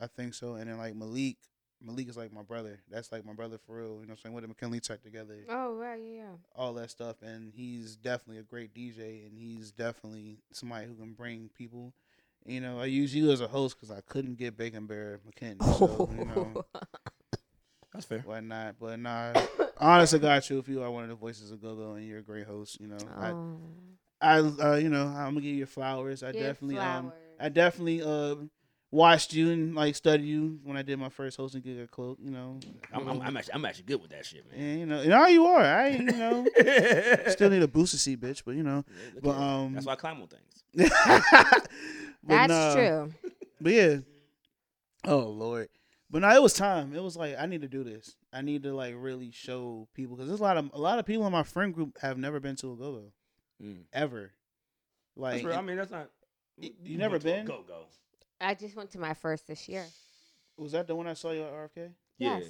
I think so. And then like Malik, Malik is like my brother. That's like my brother for real. You know what I'm saying? With the McKinley Tech together Oh right, yeah, yeah. all that stuff and he's definitely a great DJ and he's definitely somebody who can bring people. You know, I use you as a host because I couldn't get Bacon Bear McKinney, so, you know, That's fair. why not? But nah, honest to God, truth, you are one of the voices of GoGo and you're a great host. You know, Oh. I, I, uh, you know, I'm gonna give you flowers. I Give definitely, um, flowers. I definitely, uh, watched you and like studied you when I did my first hosting gig at Cloak. You know, I'm, I'm, I'm actually, I'm actually good with that shit, man. and you know, and all you are, I, ain't, you know, still Still, need a booster seat, bitch, but you know. but, um, that's why I climb on things. But That's nah, true. But yeah. Oh Lord. But no, it was time. It was like I need to do this. I need to like really show people because there's a lot of a lot of people in my friend group have never been to a go go Mm. ever. That's Like real. I mean, that's not. You- you never been? Go go. I just went to my first this year. was that the one I saw you at RFK? Yeah. Yes.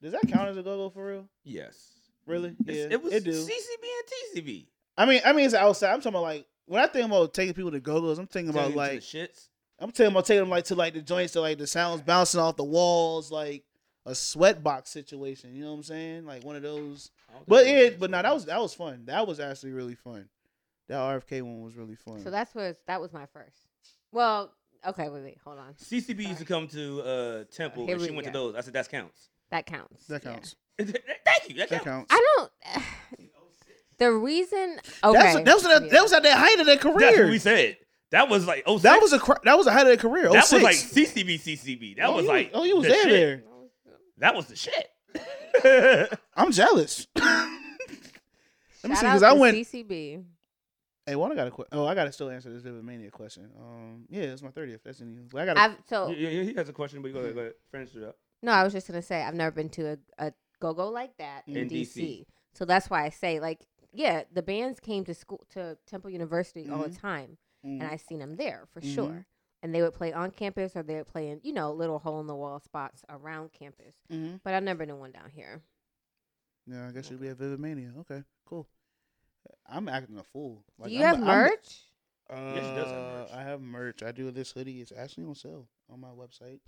Does that count as a go go for real? Yes. Really? It's- Yeah, it was it do. CCB and TCB. I mean, I mean it's outside. I'm talking about like when I think about taking people to go go's, I'm thinking Taking about to the like shits. I'm telling I'm taking them like to like the joints to like the sounds bouncing off the walls, like a sweat box situation. You know what I'm saying? Like one of those. I don't think But I would've yeah, been but to no, it. that was that was fun. That was actually really fun. That RFK one was really fun. So that's was that was my first. Well, okay, wait, wait, hold on. CCB used to come to uh, Temple, Here and she we went to go. those. I said that counts. That counts. that Yeah. counts. Thank you. That, That counts. counts. I don't. the reason. Okay. That's, that was at, that was at the height of their That's what we career. said. That was like oh That was a cr- that was the height of their career. that was 06. like CCB CCB. That Oh, was you- like oh you was the there shit. there. That was the shit. I'm jealous. Let me Shout see out because I to went. CCB. Hey, one I got a que- oh I gotta still answer this Vivid Mania question. Um yeah it's my thirtieth. That's in you. I got I've so Yeah, yeah, yeah, he has a question, but you go ahead, go ahead. Finish it up. no, I was just gonna say I've never been to a, a go go like that in, In DC. DC. So that's why I say like yeah, the bands came to school to Temple University all Mm-hmm. the time, and I seen them there for Mhm. sure. And they would play on campus or they would play in you know little hole in the wall spots around campus. mm-hmm. But I've never been to one down here. Yeah, I guess you'll be at Vivid Mania. Okay, cool. I'm acting a fool. Do you I'm- have I'm- merch? uh, Yes, she does have merch. I have merch. I do this hoodie. It's actually on sale on my website.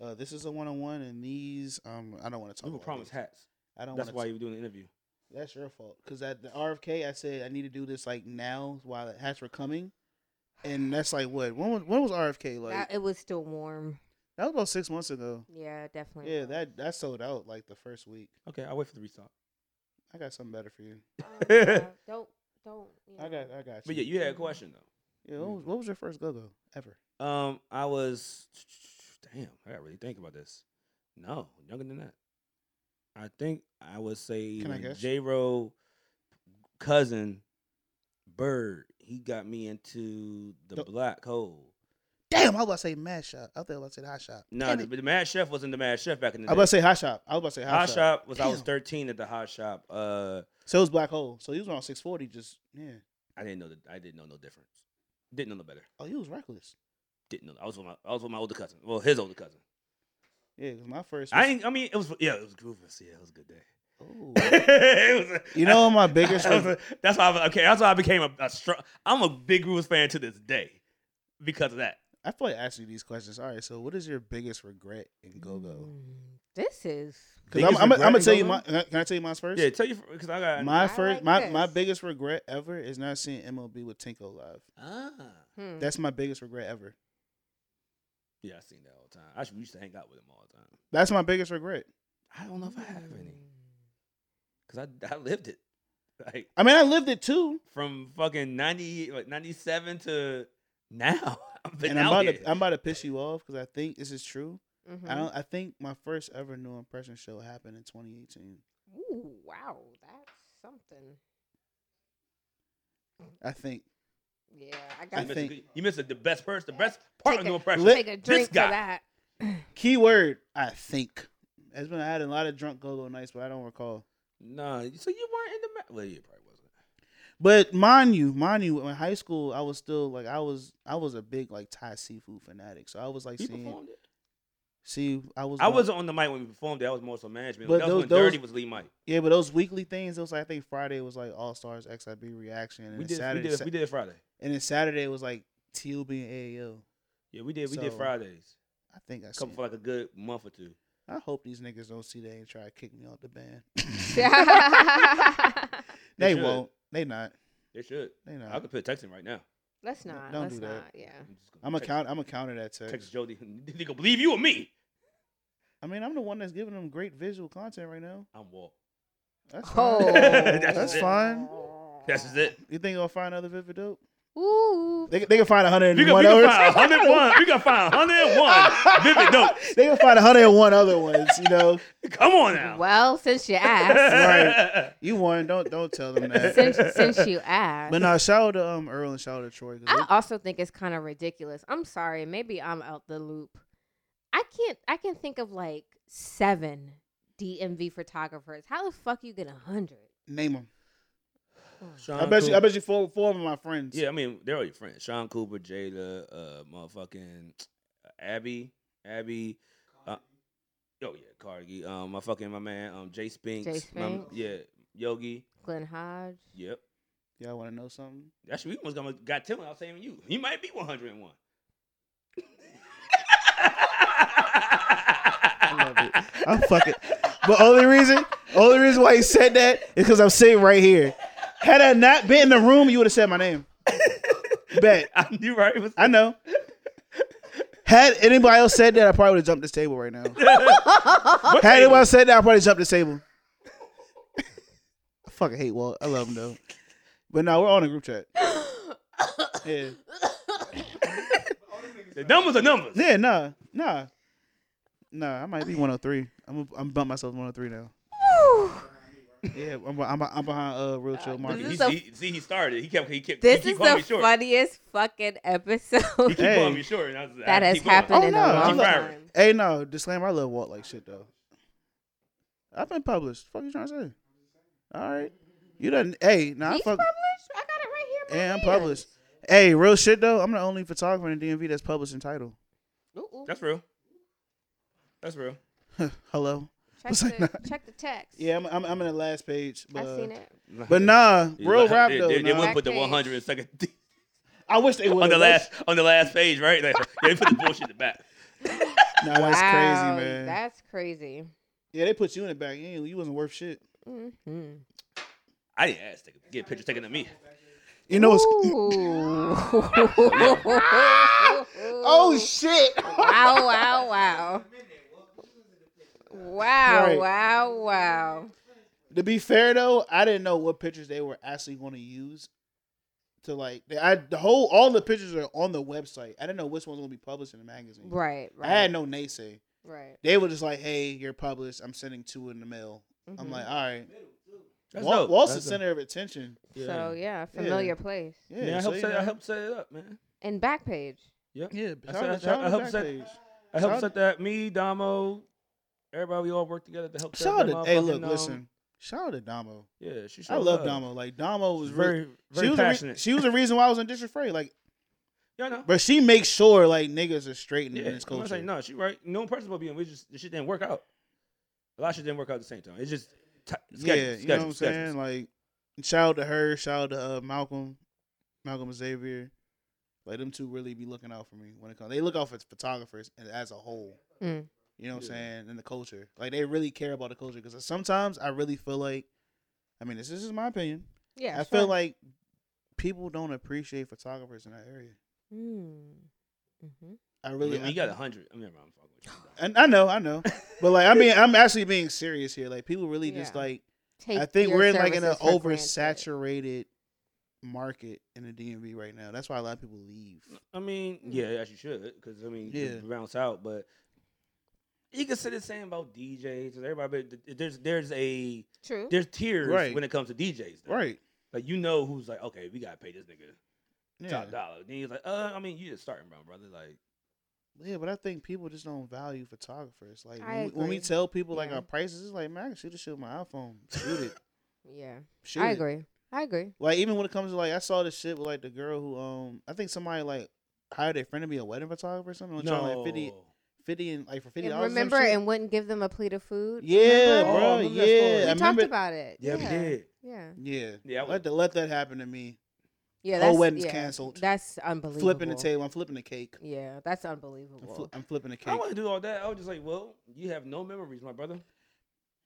Uh, this is a one on one, and these um, I don't want to talk. We were about promised these. hats. I don't. That's wanna why t- you were doing the interview. That's your fault. Because at the RFK, I said I need to do this like now while the hats were coming, and that's like what when was, when was RFK like? That- That, it was still warm. was about six months ago. Yeah, definitely. Yeah, was. that that sold out like the first week. Okay, I'll wait for the restock. I got something better for you. Oh, yeah. don't don't. You know. I got I got you. But yeah, you had a question though. yeah, what, was, what was your first go go ever? Um, I was damn, I gotta really think about this. No, younger than that. I think I would say Can I when guess? J Ro cousin Bird, he got me into the Th- black hole. damn, I was about to say mad shop. I thought I was about to say hot shop. No, Damn the, it. the Mad Chef wasn't the Mad Chef back in the I was day. about to say hot shop. I was about to say hot, hot shop. Shop was I was Damn. 13 at the Hot Shop. Uh, So it was black hole. So he was on six forty. Just yeah. I didn't know that. I didn't know no difference. Didn't know no better. Oh, he was reckless. Didn't know. I was with my I was with my older cousin. Well, his older cousin. Yeah, 'cause my first. I ain't, I mean, it was yeah, it was groovy. Yeah, it was a good day. Ooh. It was- oh. you know what my biggest. That was- that's why I, okay. That's why I became a, a strong. I'm a big Rufus fan to this day because of that. I feel like asking you these questions. All right, so what is your biggest regret in Go Go? Mm, This is Because I'm, Biggest I'm, I'm regret gonna in tell you Go-Go? my. Can I- can I tell you mine first? Yeah, tell you because I got My I first, like my, my this. biggest regret ever is not seeing MLB with Tinko live. Ah, hmm. That's my biggest regret ever. yeah, I seen that all the time. I should, we used to hang out with him all the time. That's my biggest regret. I don't know if I have any Mm. because I I lived it like I mean, I lived it too, from fucking ninety like ninety seven to now. I've been and I'm out about here. to I'm about to piss you off because I think this is true. I Mhm. don't. I think my first ever new impression show happened in 2018. Ooh, wow, that's something. I think. Yeah, I you, got I missed a think- good- you missed a, the best person, the best part of Take no a- impression. take a This drink for guy. that. Key word. I think. It's been I had a lot of drunk go go nights, but I don't recall. Nah, so you weren't in the ma- well, you probably wasn't. But mind you, mind you, in high school I was still like I was I was a big like Thai seafood fanatic, so I was like You seeing performed it. see I was I going- wasn't on the mic when we performed it. I was more so management. But that was those- when those- Dirty was Lee Mike. Yeah, but those weekly things, it was like I think Friday was like All Stars XIB reaction, and We then did, we Saturday, did, we did Friday. and then Saturday was like TLB and AAO. Yeah, we did, we did So, Fridays. I think I Couple seen for like a good month or two. it. I hope these niggas don't see that and try to kick me off the band. They they should. won't. They not. They should. They I not. could put Texan right now. let's No, not. don't let's do that. not. Yeah. I'm just gonna I'm a text- count. I'm a counter that text. Text Jody. They gonna believe you or me? I mean, I'm the one that's giving them great visual content right now. I'm Walt. That's fine. Oh, That's that's it. fine. That's just it. You think they'll find other vivid dope? Ooh. They, they can find We can, we 101 can other. find 101. We can find 101 vivid dope. they can find 101 other ones. You know, Come on now. Well, since you asked, Right. you won. Don't don't tell them that. since since you asked, But no, shout out to um Earl and shout out to Troy. 'cause I also think it's kind of ridiculous. I'm sorry, maybe I'm out the loop. I can't. I can think of like seven DMV photographers. How the fuck you get a hundred? they- name them. Sean I bet you. I Coop- bet you four four of 'em my friends. Uh, Yeah, I mean they're all your friends. Sean Cooper, Jada, uh, motherfucking Abby, Abby. Uh, oh yeah, Cargi. Um, my fucking my man, um, Jay Spinks. Jay my- Spinks. yeah, Yogi. Glenn Hodge. Yep. Y'all want to know something? Actually, we almost got got Tim. I was saying you. He might be one hundred and one. love I'm fucking. But only reason, only reason why he said that is because I'm sitting right here. Had I not been in the room, you would have said my name. Bet I knew right. It was, I know. Had anybody else said that, I probably would have jumped this table right now. Had table? anyone said that, I probably jump this table. I fucking hate Walt. I love him though. But no, we're on a group chat. Yeah. the numbers are numbers. Yeah, nah. Nah. Nah, I might be 103. I'm I'm bump myself to 103 now. Yeah, I'm I'm, I'm behind uh real chill This He, Marcus. is he- he- see, he started. He kept. He kept. This he keep is calling the me short. funniest fucking He episode keep calling Hey. me short. And I was, that I has keep going. happened Oh, in no, a I'm long firing. time. Hey, no, disclaimer. I love Walt like shit though. I've been published. Fuck you trying to say? All right, you done. Hey, nah, I He's fuck. published. I got it right here. in my Yeah, I'm hand. published. Hey, real shit though. I'm the only photographer in the DMV that's published in title. Ooh, ooh. That's real. That's real. Hello. Check, It's like the, not- check the text. Yeah, I'm, I'm, I'm in the last page. But, I've seen it. But nah, Yeah, real like, rap they, though. They, they nah. wouldn't put the Back page. 100 second I wish they would. on the last on the last page, right? Like, yeah, they put the bullshit in the back. Nah, that's Wow, crazy, man. That's crazy. Yeah, they put you in the back. You, ain't- you wasn't worth shit. Mhm. I didn't ask to get pictures taken of me. You know it's. Ooh. Oh shit! Wow! Wow! Wow! Wow! Right. Wow! Wow! to be fair though, I didn't know what pictures they were actually going to use. To like, they- I the whole all the pictures are on the website. I didn't know which one's going to be published in the magazine. Right. Right. I had no naysay. Right. They were just like, "Hey, you're published. I'm sending two in the mail." I'm Mhm. like, "All right." That's Walt, dope. Walt's the That's dope. center of attention. So yeah, familiar place. Yeah, Yeah, I so, helped you set, I know. helped set it up, man. And Backpage. Yeah, I shout said- I out- said- shout I out hope to said- Backstage. I helped Shout- set that. Me, Damo, everybody, we all worked together to help set Shout that out to hey, motherfucking, look, um, listen. Shout out to Damo. Yeah, she. I showed love love. Damo. Like Damo was She's very, very, very she was passionate. A re- she was the reason why I was in District Free. Like, yeah, I know. but she makes sure like niggas are straightened Yeah, in this I'm not culture. saying no. She right. No person will be in. We just the shit didn't work out. A lot of shit didn't work out at the same time. It's just t- yeah, schedule, you schedule, know what I'm schedule. saying. Like, shout out to her. Shout out to uh, Malcolm, Malcolm and Xavier. Like them two really be looking out for me when it comes. They look out for photographers and as a whole. Mm. You know what Yeah. I'm saying? And the culture. Like they really care about the culture because sometimes I really feel like, I mean, this, this is my opinion. Yeah, I feel like people don't appreciate photographers in that area. Mm-hmm. I I mean, really. we got a hundred. I mean, I'm fucking with you, Damo. And I know, I know, but like, I mean, I'm actually being serious here. Like, people really just Yeah. like. Take I think your we're in like in an services for granted. oversaturated market in the DMV right now. That's why a lot of people leave. I mean, yeah, as you should, because I mean, Yeah. you bounce out. But you can say the same about DJs. and Everybody, but there's there's a True. there's tiers Right. when it comes to DJs. though. Right. Like you know who's like, okay, we gotta pay this nigga Yeah. top dollar. Then he's like, uh, I mean, you just starting, bro, brother. Like, yeah, but I think people just don't value photographers. Like I when we, when we agree. tell people like Yeah. our prices, it's like man, I can shoot this shit with my iPhone. Shoot it. Yeah, Shoot I it. agree. I agree. Like even when it comes to like I saw this shit with like the girl who um I think somebody like hired a friend to be a wedding photographer or something. No. Like 50, 50 and like for fifty And dollars. remember, and wouldn't give them a plate of food. yeah, remember? Oh, I bro, remember that story. we yeah. I talked remember- about it. yeah, we did. Yeah, Yeah, Yeah, I let the, let that happen to me. yeah. All That's, weddings yeah, canceled. That's unbelievable. Flipping the table, I'm flipping the cake. Yeah, that's I'm, unbelievable. fli- I'm flipping the I cake. don't want to do all that. I was just like, well, you have no memories, my brother.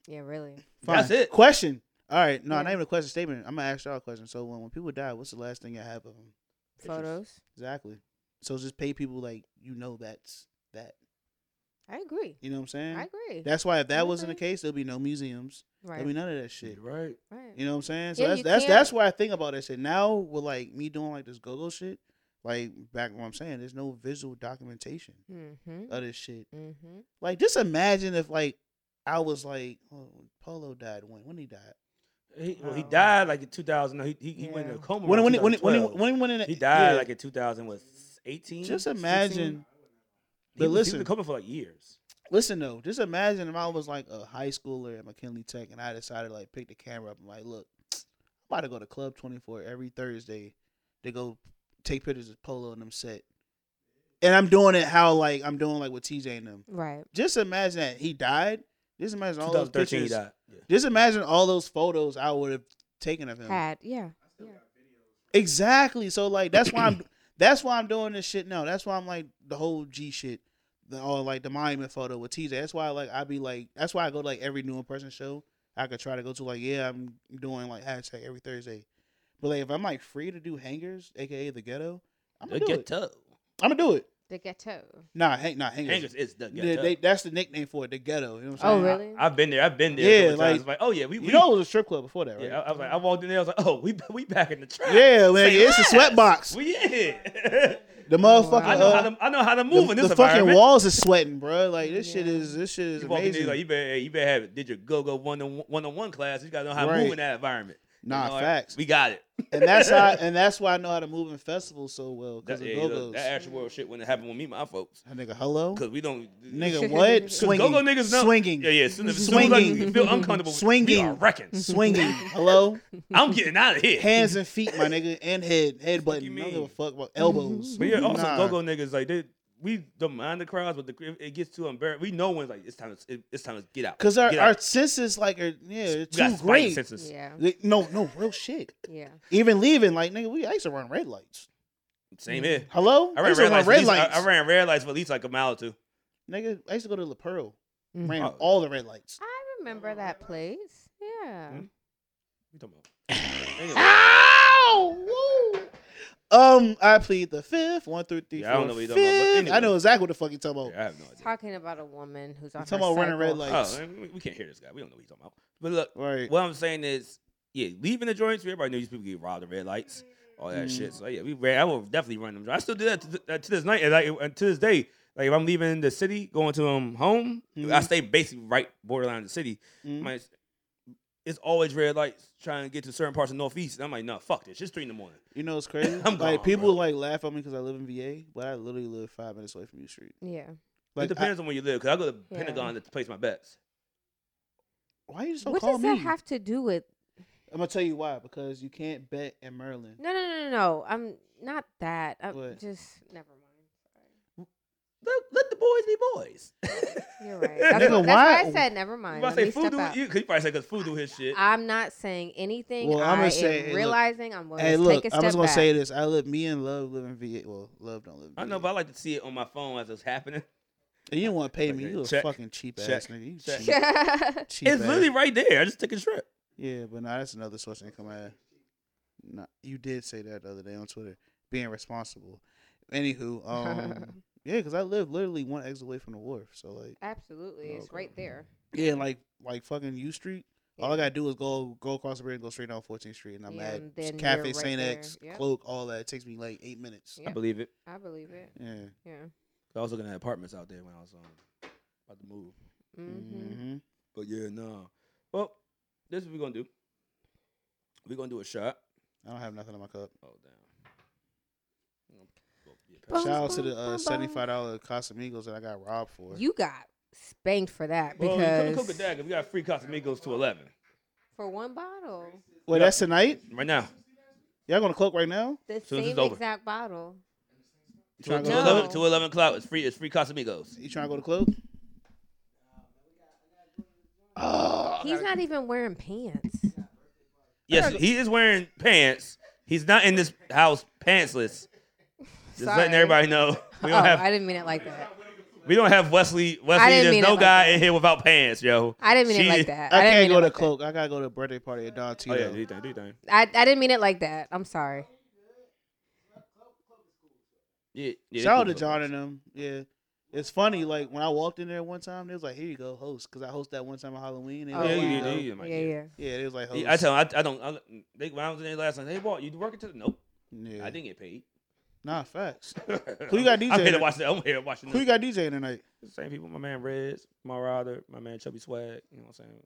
yeah, really. Fine. That's it. Question. All right. No, not Yeah. even a question statement. I'm gonna ask y'all a question. So when, when people die, what's the last thing you have of them? Pictures. Photos. Exactly. So just pay people like you know that's that. I agree. You know what I'm saying? I agree. That's why if that wasn't the agree. case, there'll be no museums. right. There'll be none of that shit. Right. right. You know what I'm saying? So Yeah, that's you that's can't- that's why I think about that shit. Now with like me doing like this go-go shit, like back what I'm saying, there's no visual documentation Mm-hmm. of this shit. Mm-hmm. Like just imagine if like I was like, oh, Polo died when when he died. He, well, he Um, Oh. died like in 2000. No, he, he, he went in a Yeah. coma. When around when he- when he- when he- 2012. when he went in he died yeah. like in 2000 was 18. Just imagine. He But was, he listen, was coming for like years. listen though. Just imagine if I was like a high schooler at McKinley Tech and I decided to like pick the camera up and like, look, I'm about to go to Club 24 every Thursday to go take pictures of Polo and them set. And I'm doing it how like I'm doing like with TJ and them. Right. Just imagine that he died. Just imagine all those 2013 he pictures. died. Yeah. Just imagine all those photos I would have taken of him. Had. Yeah. Yeah. Exactly. So like that's why I'm that's why I'm doing this shit now. That's why I'm like the whole G shit, the all like the monument photo with TJ. That's why like I be like that's why I go to like every new in person show. I could try to go to like yeah I'm doing like hashtag every Thursday, but like if I'm like free to do hangers, aka the ghetto, I'm gonna The do it. ghetto. I'm gonna do it. The ghetto. Nah, hang nah hangers. Hangers is the Yeah, ghetto. they, that's the nickname for it, the ghetto. You know what I'm Oh, saying? really? I, have been there. I've been there. a Yeah, couple times. like- It's like oh yeah, we, we You know it was a strip club before that, right? Yeah, I, I was like I walked in there. I was like oh we we back in the trap. Yeah, man, Say it's a less. sweat box. We in. The motherfucking I know uh, how to I know how to move in the, this the fucking environment. walls is sweating, bro. Like this shit Yeah. is this shit is You walk in amazing. there, like you better you better have it. Did your go go one on one on one class? You gotta know how to Right. move in that environment. You Nah, know, like, facts. We got it. and that's how, and that's why I know how to move in festivals so well because That, of yeah, go look, go's. that actual world shit wouldn't happen with me, and my folks, nigga, hello, because we don't. nigga, Go-go what swinging, go-go niggas know- swinging, Yeah, yeah. As soon as, as soon as I Swinging. feel uncomfortable, we are Swinging. wrecking. swinging, hello, I'm getting out of here. hands and feet, my nigga, and head, head Fuck you button. I don't mean? give a fuck about elbows. But yeah, also Nah. go go niggas like they we don't mind the crowds, but the, if it gets too embarrassing. We know when like it's time to it, it's time to get out. Cause our, Get our out. senses like are yeah they're we got too spike great. senses. Yeah. Like, no, no real shit. Yeah. Even leaving like nigga, we I used to run red lights. Same here. Hello, I ran used to red run lights. at least- I- I, ran red lights for at least like a mile or two. Nigga, I used to go to La Pearl. Mhm. Ran Oh. all the red lights. I remember that place. Yeah. Mm. Hmm? You talking about? Anyway. Ow! Woo! Um, I plead the fifth, one through three, Yeah, I don't four, know what you're talking about, but fifth. anyway. I know exactly what the fuck you talking about. Yeah, I have no idea. Talking about a woman who's on. talking her about running red cycle. light. Oh, I mean, we- we can't hear this guy. We don't know what he's talking about. But look, Right. what I'm saying is, yeah, leaving the joints. Everybody knows these people get robbed at red lights, all that Mm. shit. So yeah, we ran. I will definitely run them. I still do that to, th- uh, to this night and, like, and to this day. Like if I'm leaving the city, going to um home, I Mhm. Mm. Mm-hmm. stay basically right borderline the city. Mhm. My, it's always red lights trying to get to certain parts of Northeast. And I'm like, nah, fuck this. It's three in the morning. You know, it's crazy. I'm like gone, people bro. like laugh at me because I live in VA, but I literally live five minutes away from U Street. Yeah. Like, it depends on where you live. Cause I go to Yeah. Pentagon to place my bets. I- why you so what call does me? that have to do with? I'm gonna tell you why. Because you can't bet in Maryland. No, no, no, no, no. I'm not that. I'm What? just never mind. Let, let the boys be boys. You're right. That's, Nigga, what, that's why- what I said. Never You mind. about Let to say me step food do out. you? Cause you probably said cause food do his shit. I'm not saying anything. Well, I'ma I am say, hey, look. realizing I'm going Hey, to look, take a I'm step just gonna back. say this. I live. Me and Love live in VA. Well, Love don't live. In I know, VA. but I like to see it on my phone as it's happening. And you don't want to pay me. Okay, You a check, fucking cheap check, ass nigga. You check. cheap. cheap it's ass. literally right there. I just took a trip. Yeah, but no, that's another source of income. I, no, you did say that the other day on Twitter. Being responsible. Anywho, um, yeah, because I live literally one exit away from the wharf. So like, Absolutely, it's Okay. right there. yeah, and like like fucking U Street. All I Yeah. gotta do is go go across the bridge and go straight down 14th Street, and I'm Yeah, and then at you're Cafe right Saint there. X, Yep. Cloak, all that. It takes me like eight minutes. Yeah. I believe it. I believe it. Yeah. Yeah. I was looking at apartments out there when I was um, about to move. Mm-hmm. Mm, Mm-hmm. But yeah, no. Well, this is what we're gonna do. We're gonna do a shot. I don't have nothing in my cup. Oh damn. Well, yeah, Boom, pass- Shout out to the boom, uh, boom, seventy-five dollar Casamigos that I got robbed for. You got spanked for that Well, you couldn't cook because it that 'cause we got free Casamigos to eleven for one bottle, Wait, that's tonight. right now. Y'all gonna cloak right now? the Soon as it's same over. exact bottle. To, to Tryna go No. 11, to 11 o'clock. It's free. It's free Casamigos. You trying to go to cloak? Oh, He's not even wearing pants. Yes, he is wearing pants. He's not in this house pantsless. Just letting Sorry. everybody know we don't oh, have I didn't mean it like that. we don't have Wesley Wesley. didn't There's mean it no like guy that. in here without pants, yo. I didn't mean She- it like that. I didn't can't mean go it to like that. cloak. I gotta go to a birthday party at Don Oh Tito. yeah, do you think? Do you think? I, I didn't mean it like that. I'm sorry. Yeah, yeah, Shout out cool, cool, to John cool. and them. Yeah. It's funny, like when I walked in there one time, they was like, "Here you go, host," because I host that one time on Halloween. They Oh, was like, yeah, "Here you you wow. do, go." you might yeah, do. yeah. Yeah, they was like, host. Yeah, I tell them I, I don't. I, they, when I was in there last night, hey, Walt, you working till? Nope, yeah. I didn't get paid. Nah, facts. Who you got I'm DJing? here to watch. The, I'm here watching. Who you the- got DJing tonight? the Same people. My man Reds, my rider, my man Chubby Swag. You know what I'm saying?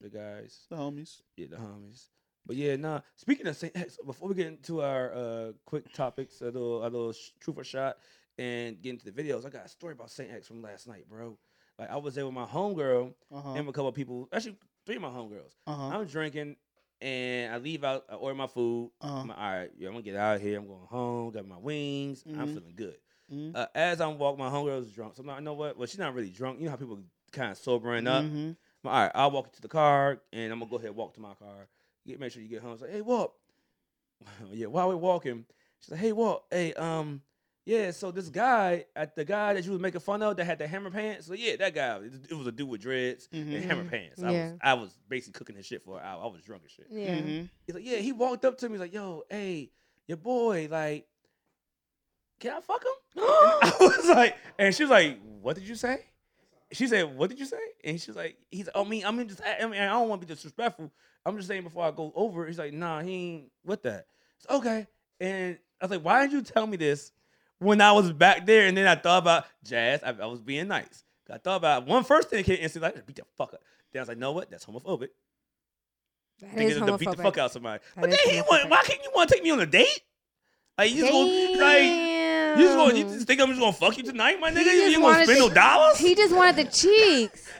The guys, The homies. yeah, the homies. But yeah, nah. Speaking of Saint X, before we get into our uh, quick topics, a little, a little sh- truth or shot, and get into the videos, I got a story about Saint X from last night, bro. Like I was there with my homegirl Uh huh. and a couple of people. Actually, three of my homegirls. Uh huh. I'm drinking and I leave out, I order my food. Uh I'm huh. like, all right, yeah, I'm gonna get out of here. I'm going home, got my wings. I'm Mhm. feeling good. Mhm. Uh, as I'm walking, my homegirl's drunk. So I'm like, you know what? Well, she's not really drunk. You know how people kind of sobering up. Mhm. I'm like, all right, I'll walk to the car and I'm gonna go ahead and walk to my car. Get make sure you get home. It's like, hey, Walt. yeah, while we're walking, she's like, hey, Walt, hey, um, yeah, so this guy at the guy that you was making fun of that had the hammer pants. So yeah, that guy. It, it was a dude with dreads and Mhm. hammer pants. I Yeah. was I was basically cooking his shit for an hour. I was drunk as shit. Yeah. Mhm. He's like, yeah. He walked up to me. He's like, yo, hey, your boy, like, can I fuck him? And I was like, and she was like, what did you say? She said, what did you say? And she's like, he's like, oh, me, I mean, just, I I mean, I don't want to be disrespectful. I'm just saying before I go over. He's like, nah, he ain't with that. It's okay. And I was like, why did you tell me this when I was back there? And then I thought about jazz. I, I was being nice. I thought about one first thing that came instantly. I just beat the fuck up. Then I was like, know what? That's homophobic That is thinking to beat the homophobic. fuck out of somebody. That but is then he want, homophobic. why can't you want to take me on a date? Like you just gonna like you just gonna you Damn. just think I'm just gonna fuck you tonight, my He nigga? You, just you gonna wanted spend to- no dollars? He just wanted the cheeks.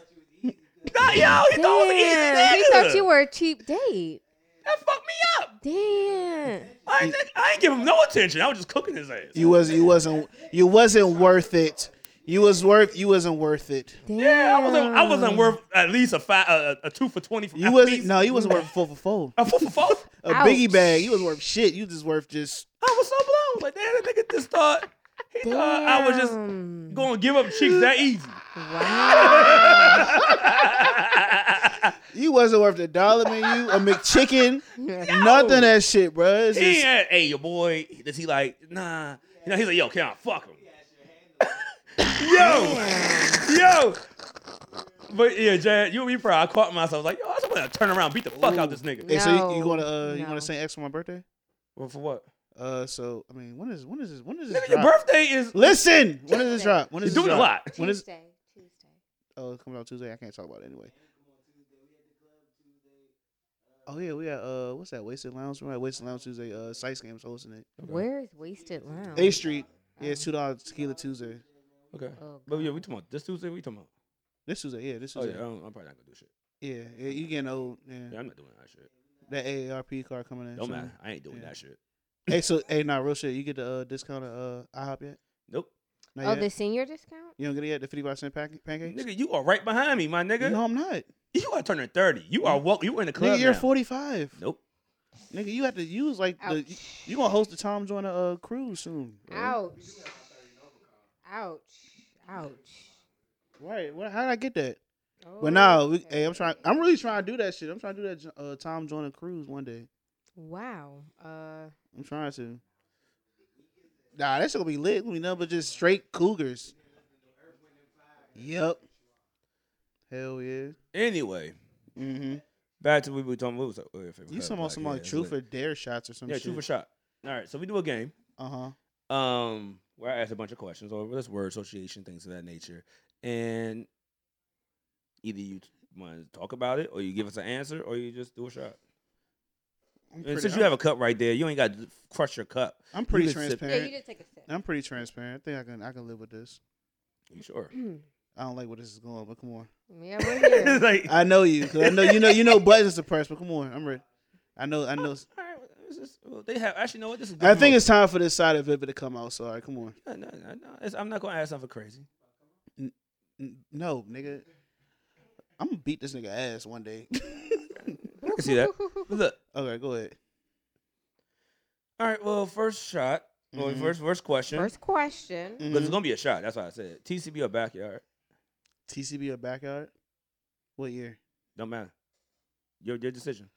nah, yo, he thought it was an easy Damn, he nigga. thought you were a cheap date. That fucked me up. Damn. I ain't, I ain't give him no attention. I was just cooking his ass. You was you wasn't you wasn't worth it. You was worth you wasn't worth it. Damn. yeah, I wasn't I wasn't worth at least a five a, a a two for twenty from You at wasn't least. no, you wasn't worth four for four. a four for four. A biggie Ouch. bag. You wasn't worth shit. You just worth just I was so blown. Like damn, that nigga just thought he thought I was just Damn. gonna give up cheeks that easy. Wow. you wasn't worth a dollar menu, a McChicken, nothing of that shit, bruh. It's He just- ain't- hey, your boy, does he like, nah. You know, he's like, yo, can I fuck him? yo, yo. But yeah, Jad, you'll be proud. I caught myself. like, yo, I just want to turn around and beat the fuck out this nigga. Hey, so you, you No, going to uh, you going no. to Saint X for my birthday? Well, for what? Uh, so I mean, when is when is this when is this Nigga, your drop? birthday is Listen, when does this Tuesday. drop? When you're is doing this a drop? lot. When is Tuesday. Tuesday. oh it's coming out Tuesday? I can't talk about it anyway. Oh yeah, we got uh, what's that? Wasted Lounge. Right, Wasted Lounge Tuesday. Uh, Sites Games hosting it. Where is Wasted Lounge? A Street. Yeah, it's two dollars tequila Tuesday. Okay. Oh, But yeah, God. we talking about this Tuesday. We talking about. This Tuesday, yeah, this Oh yeah, Tuesday. I don't, I'm probably not gonna do shit. yeah. yeah, you getting old? Yeah. Yeah, I'm not doing that shit. That AARP card coming in. Don't soon. matter. I ain't doing Yeah. that shit. Hey, so hey, nah, real shit. You get the uh, discount at uh, IHOP yet? Nope. Not oh, yet? the senior discount. You don't get it yet? The fifty five cent pack- pancakes? Nigga, you are right behind me, my nigga. No, I'm not. You are turning thirty. You are walk. You in the club Nigga, you're now. forty five. Nope. Nigga, you have to use like the. You, Ouch. you gonna host the Tom Joyner uh, cruise soon? Ouch. Ouch. Ouch. Right. Well, how did I get that? Oh, But no, we, hey, I'm trying. I'm really trying to do that shit. I'm trying to do that uh, Tom Joyner cruise one day. Wow. Uh, I'm trying to. Nah, that's gonna be lit. We know, but just straight cougars. Yep. Hell yeah. Anyway, Mm-hmm. back to what we were talking. What was that? Oh, yeah, favorite You color talking about black. some Yeah, like it's truth lit. or dare shots or some Yeah, shit? true for shot. All right, so we do a game. Uh huh. um, where I asked a bunch of questions over this word association, things of that nature, and either you want to talk about it, or you give us an answer, or you just do a shot. And since you have a cup right there, you ain't got to crush your cup. I'm pretty you can sip- yeah, you transparent. did take a sip. I'm pretty transparent. I think I can. I can live with this. You sure? I don't like where this is going, but come on. yeah, we're here. It's like, I know you, 'cause I know you know you know buttons are pressed, but come on, I'm ready. I know, I know. All right, well, this is- well, they have actually. You know what? This is. I think it's time for this side of Vivid to come out. So, all right, come on. No, no, no, no, it's- I'm not gonna ask something crazy. N- No, nigga, I'm gonna beat this nigga ass one day. I can see that. But look, okay, go ahead. all right. Well, first shot. Well, Mhm. first first question. First question. Because it's Mhm. gonna be a shot. That's why I said TCB or backyard. TCB or backyard? What year? Don't matter. Your your decision.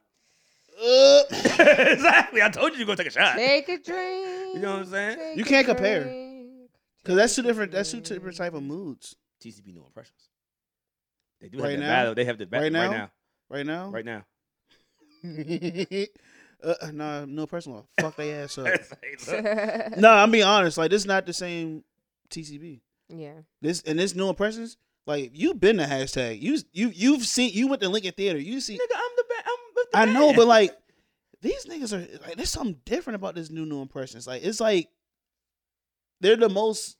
Uh, exactly. I told you you're gonna take a shot. Take a drink. You know what I'm saying? take You a can't compare. drink, Cause that's two take a different. That's two drink. different type of moods TCB no impressions. They do Right have that now? battle. They have the battle Right right now. Right now. now? right now. Right now. uh, nah, no personal. Fuck they ass up. It's like, look, nah, I'm being honest. Like this is not the same TCB. yeah. This and this new impressions. Like you've been the hashtag. You you you've seen. You went to Lincoln Theater. You see. Nigga, I'm the best. I'm with the I know, man. but like these niggas are like. There's something different about this new new impressions. Like it's like they're the most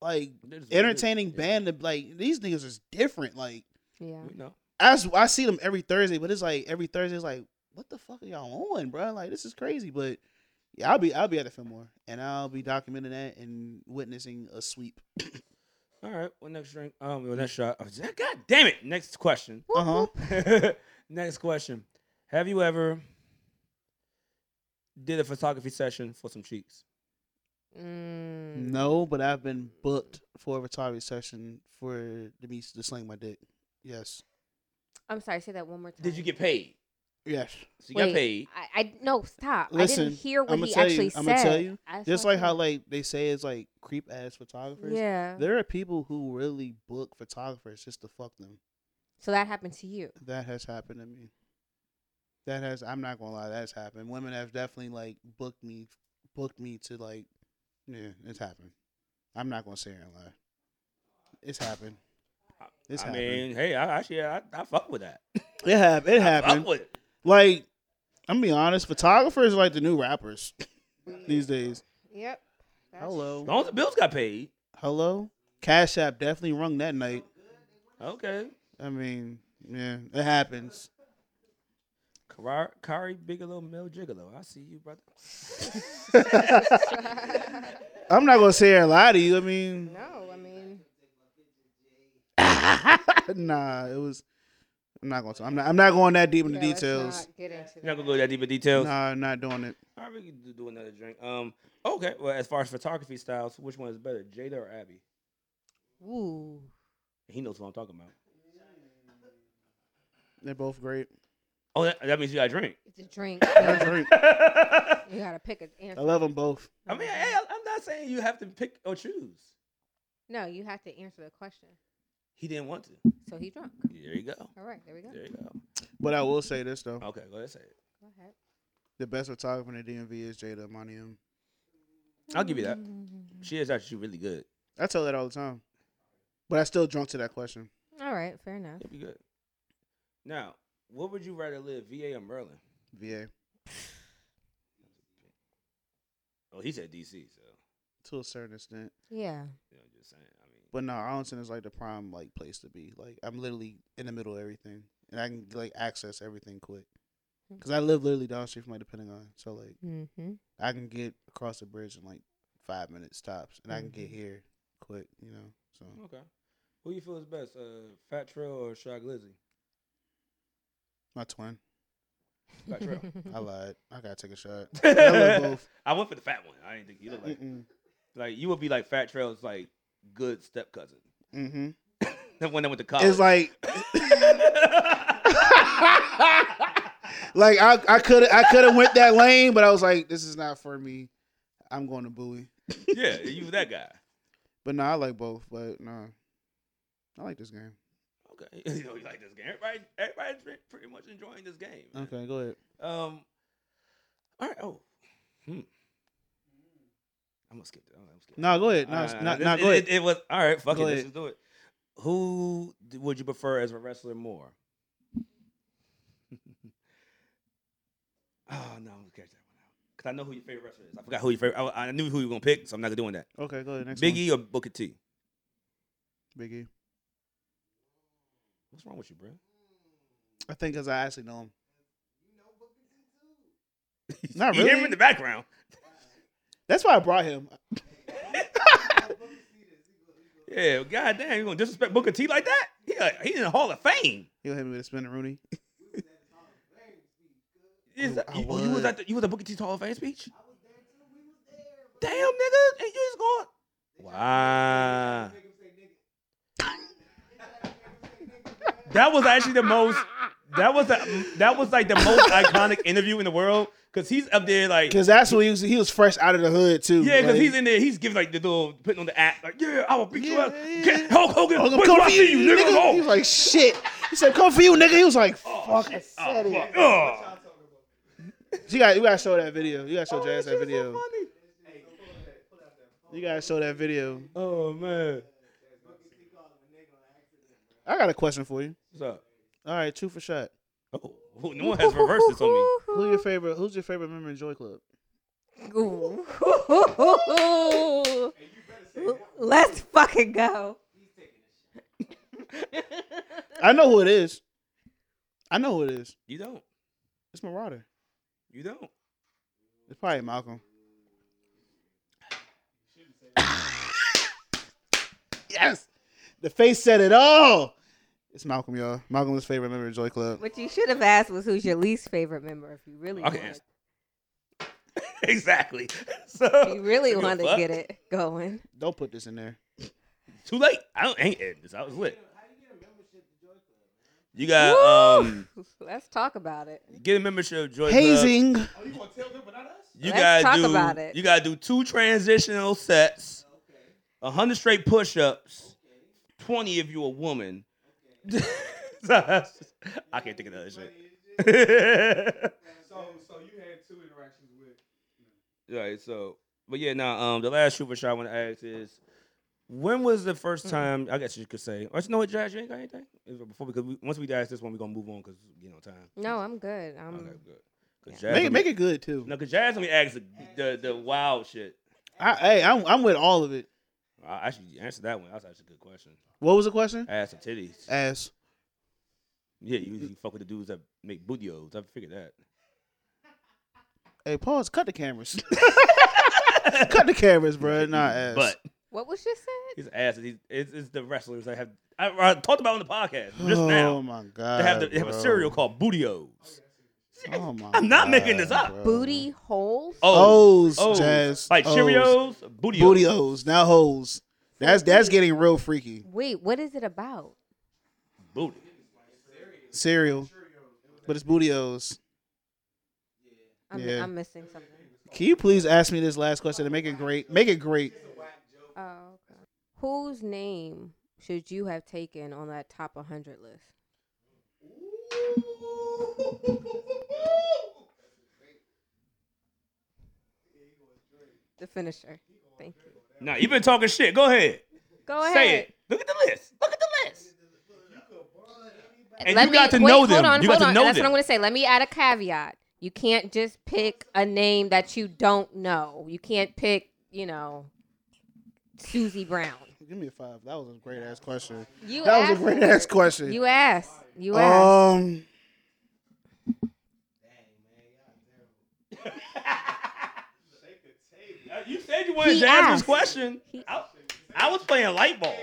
like They're just- entertaining yeah. band. That, like these niggas is different. Like Yeah. We know. I s- I see them every Thursday, but it's like every Thursday it's like what the fuck are y'all on, bro? Like this is crazy, but. Yeah, I'll be I'll be at the Fillmore and I'll be documenting that and witnessing a sweep. All right. Well, next drink. Um, well, next shot. Oh, God damn it. Next question. Whoop, Uh-huh. whoop. next question. Have you ever did a photography session for some cheeks? Mm, No, but I've been booked for a photography session for the me to sling my dick. Yes. I'm sorry. Say that one more time. Did you get paid? Yes. So you Wait, got paid. I, I no stop. I Listen, didn't hear what I'ma he tell you- actually said. I'ma tell you, I Just saw like how him. like they say it's like creep ass photographers. yeah. There are people who really book photographers just to fuck them. So that happened to you. That has happened to me. That has I'm not gonna lie, that's happened. Women have definitely like booked me booked me to like Yeah, it's happened. I'm not gonna say and lie. It's happened. It's I happened. mean, hey, I actually I, I fuck with that. it happened. It I happened. fuck with it. Like, I'm gonna be honest, photographers are like the new rappers these days. Yep. Hello. As long as the bills got paid. Hello? Cash App definitely rung that night. Okay. I mean, yeah, it happens. Kari, Kari Bigelow, Mel Gigolo. I see you, brother. I'm not gonna say a lie to you. I mean, no, I mean, nah, it was. I'm not gonna. I'm not. I'm not going that deep into yeah, let's details. not get into You're not that. gonna go that deep in details. Nah, I'm not doing it. All right, we can do- do another drink. Um, okay. Well, as far as photography styles, which one is better, Jada or Abby? Ooh. He knows what I'm talking about. They're both great. Oh, that, that means you got to drink. It's a drink. They're you great. I gotta pick an I answer. love them both. mean, hey, I- I'm not saying you have to pick or choose. No, you have to answer the question. He didn't want to. So he drunk. There you go. All right, there we go. There you go. But I will say this though: Okay, go ahead say it. Go ahead. the best photographer in the DMV is Jada Amanium. I'll give you that. She is actually really good. I tell that all the time, but I still drunk to that question. All right, fair enough. It'd be good. Now, What would you rather live, VA or Maryland? VA Oh, he said DC, so to a certain extent. Yeah. you know, just saying. I mean, But no, Arlington is like the prime like place to be. Like I'm literally in the middle of everything, and I can like access everything quick. Hmm. Cause I live literally down the street from like the Pentagon, so like Mm-hmm. I can get across the bridge in like five minutes tops, and I can get Mhm. here quick. You know, so okay. Who you feel is best, uh, Fat Trail or Shaq Glizzy? my twin, Fat Trail. I lied. I gotta take a shot. I love I both. went for the fat one. I didn't think you look like Mm-mm. like you would be like Fat Trail's like good step cousin. Mm-hmm. the one that went to college. It's like like like I I could I could have went that lane, but I was like, this is not for me. I'm going to Bowie. yeah, you was that guy. But no, I like both. But no, I like this game. Okay, you know you like this game. Everybody, everybody's pre- pretty much enjoying this game. man. Okay, go ahead. Um. All right. Oh. Hmm. I'm gonna skip that. I'm gonna skip that. No, go ahead. No, Uh, it's not, this- not it, go ahead. It, it was all right. Fuck Go it. Let's ahead. just do it. Who d- would you prefer as a wrestler more? oh no, I'm gonna catch that one out because I know who your favorite wrestler is. I forgot who your favorite. I, I knew who you were gonna pick, so I'm not doing that. okay, go ahead. Next Big E or Booker T? one. Biggie. What's wrong with you, bro? I think because I actually know him. You Not hear him really. in the background. That's why I brought him. Yeah, goddamn, you gonna disrespect Booker T like that? Yeah, he's in the Hall of Fame. He'll hit me with a spinner Rooney. Is Oh, that- I you, oh, you was would. at the, you was at Booker T's Hall of Fame speech? Damn, nigga, and you just going. Wow. That was actually the most. That was the, that was like the most iconic interview in the world because he's up there like Because that's when he was. He was fresh out of the hood too. yeah because Like, he's in there he's giving like the little putting on the act like yeah I will beat you Yeah, up yeah, Get- yeah. Hulk Hogan Oh, Hulk I'm Hogan coming I for see you nigga Oh, He was like, "Shit." He said, "Come for you, nigga." He was like, oh, "Fuck." I shit. Oh, said fuck. it. Ugh. You got. You gotta show that video. You gotta show Oh, Jazz that that shit's so video. funny. You gotta show that video. Oh man, I got a question for you. what's up? All right, two for shot. Oh, who- no one has reversed this on me. Who your favorite? Who's your favorite member in Joy Club? Ooh. Let's fucking go. I know who it is. I know who it is. You don't. It's Marauder. You don't. It's probably Malcolm. yes, the face said it all. It's Malcolm, y'all. Malcolm's favorite member of Joy Club. What you should have asked was who's your least favorite member if you really I can wanted, answer. exactly. So if you really give a wanted to fuck. get it going. Don't put this in there. Too late. I don't ain't it. I was lit. You got um Woo! Let's talk about it. get a membership of Joy Club. Hazing. You Let's gotta talk do about it. you gotta do two transitional sets, a hundred straight push ups, twenty if you're a woman. I can't think of another shit. So, so you had two interactions with. Right. So, but yeah, now um, the last super shot I want to ask is, when was the Mm-hmm. first time? I guess you could say. Or you know what, Josh, you ain't got anything If- before because we, once we ask this one, we are gonna move on because you know time. No, I'm good. Um, I'm okay, good. Cause Jazz Make it, gonna make be- it good too. No, cause Jazz gonna be asking the, the the wild shit. I, hey, I'm, I'm with all of it. I actually answered that one. That's actually a good question. What was the question? Ass and titties. Ass. Yeah, you, you fuck with the dudes that make bootios. I figured that. Hey, pause. Cut the cameras. cut the cameras, bro. Not ass. But what was you said? his ass. is- He's, it's, it's the wrestlers that have I, I talked about on the podcast just oh now. my god. They have the, they have a bro. cereal called Bootios. Oh my I'm not making this up. bro. Booty holes? O's, Uh, Oh, Jazz. Like O's. Cheerios, booty. Booty O's, not hoes. That's that's getting real freaky. Wait, what is it about? Booty. Cereal. But it's booty O's. I'm, Yeah. I'm missing something. Can you please ask me this last question and make it great? Make it great. Oh, okay. Whose name should you have taken on that top 100 list? The finisher. Thank you. Nah, you've been talking shit. Go ahead. Go ahead. Say it. Look at the list. Look at the list. And you got to know them. Hold on, You got hold to on. know That's them. what I'm going to say. Let me add a caveat. You can't just pick a name that you don't know. You can't pick, you know, Susie Brown. Give me a five. That was a great ass question. You That was asked- a great ass question. You asked. You asked. um, Uh, You said you wanted He Jasmine's asked. question. He- I, I was playing light ball.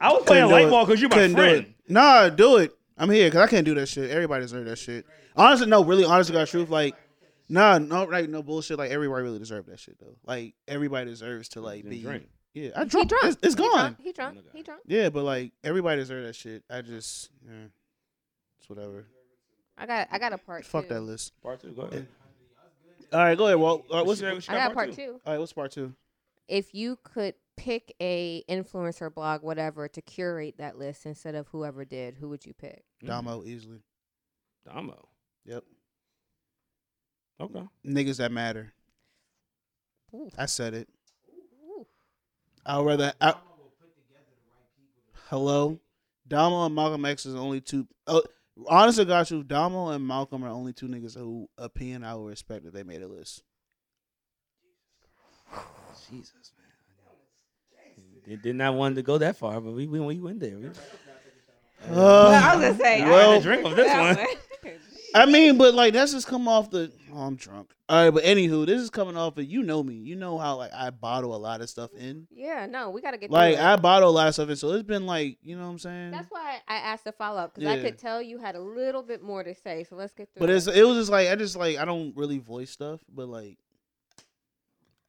I was playing couldn't do light it. ball because you're my Couldn't do friend. it. Nah, do it. I'm here because I can't do that shit. Everybody deserve that shit. Honestly, no, really, honestly, God, truth, like, nah, no, like, no bullshit. Like, everybody really deserve that shit though. Like, everybody deserves to like Didn't be. drink. Yeah, I He drunk. drunk. It's, it's He gone. drunk. He drunk. He drunk. Yeah, but like everybody deserve that shit. I just, yeah, it's whatever. I got. I got a part. Fuck two. that list. Part two, go ahead. All right, go ahead. Walt. All right, what's Mm-hmm. She got- all she I got a part two. right? What's part two? If you could pick a influencer, blog, whatever, to curate that list instead of whoever did, who would you pick? Mhm. Damo easily. Damo. Yep. Okay. Niggas that matter. Ooh. I said it. Ooh. I'd rather. I, hello, Damo and Malcolm X is the only two. Oh, honest to God, truth, Damo and Malcolm are only two niggas who opinion I would respect if they made a list. Jesus, man. Did, did not want to go that far, but we, we, we went there. We, Uh, was gonna say. I- I had Well- a drink of this that one. one. I mean, but like that's just come off the. Oh, I'm drunk. All right, but anywho, this is coming off of you know me. You know how like I bottle a lot of stuff in. Yeah. No, we got to get through Like it. I bottle a lot of stuff in, so it's been like you know what I'm saying. Mm. That's why I asked the follow up because I Yeah. could tell you had a little bit more to say. So let's get through. But it. it's it was just like I just like I don't really voice stuff, but like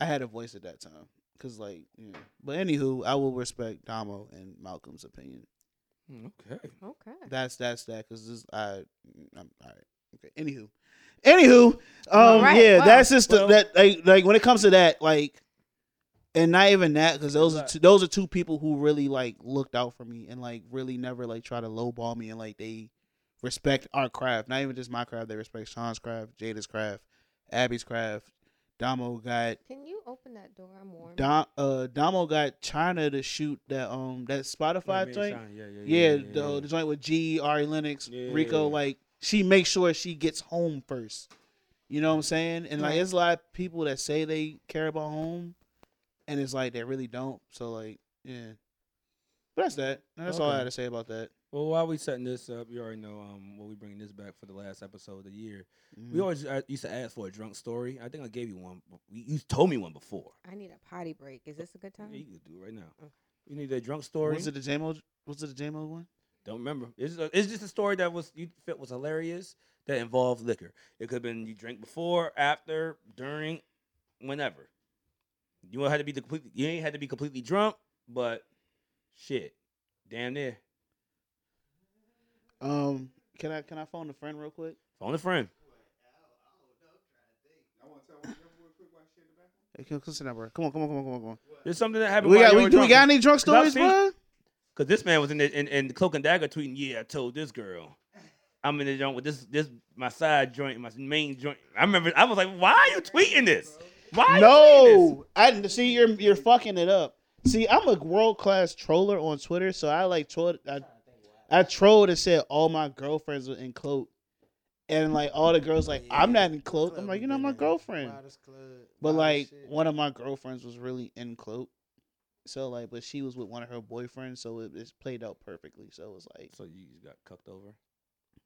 I had a voice at that time because like yeah. But anywho, I will respect Damo and Malcolm's opinion. Okay. okay. That's that's that because I I'm all right. Okay. Anywho, anywho, um All right, yeah, well, that's just the, well- that like like when it comes to that like. And not even that, because those are Right. two, those are two people who really like looked out for me and like really never like try to lowball me and like they respect our craft. Not even just my craft. They respect Sean's craft, Jada's craft, Abby's craft. Damo got Can you open that door? I'm warm. Dom, uh, Damo got China to shoot that um that Spotify Yeah, joint. yeah, yeah, Yeah, the, the joint with G, E, Ari Lennox, Yeah. Rico. Like she makes sure she gets home first. You know what I'm saying? And like, Right. there's a lot of people that say they care about home, and it's like they really don't. So like, yeah. But that's that. That's all I Okay. had to say about that. Well, while we setting this up, you already know um, what we bringing this back for the last episode of the year. Mm-hmm. We always uh, used to ask for a drunk story. I think I gave you one. b- You you told me one before. I need a potty break. Is this a good time? Yeah, you can do it right now. Okay. You need a drunk story. was it the JMO? Was it the JMO one? Don't remember. It's just, a, it's just a story that was you felt was hilarious that involved liquor. It could have been you drink before, after, during, whenever. You don't have to be the complete. You ain't had to be completely drunk, but shit, damn near. Um, can I can I phone a friend real quick? Phone a friend. Hey, can- what's the number? Come on, come on, come on, come on, come on. There's something that happened. We while got you we, were do we drunk. got any drunk Cause I've stories, seen- bro? Cause this man was in the in, in cloak and dagger tweeting, yeah, I told this girl. I'm in the joint with this this my side joint, my main joint. I remember I was like, why are you tweeting this? Why are you tweeting this? No, I didn't see you're you're fucking it up. See, I'm a world class troller on Twitter, so I like troll. I, I trolled and said all my girlfriends were in cloak, and like all the girls like I'm not in cloak. I'm like you're not my girlfriend, but like one of my girlfriends was really in cloak, so like but she was with one of her boyfriends, so it, it played out perfectly. So it was like So you just got cucked over.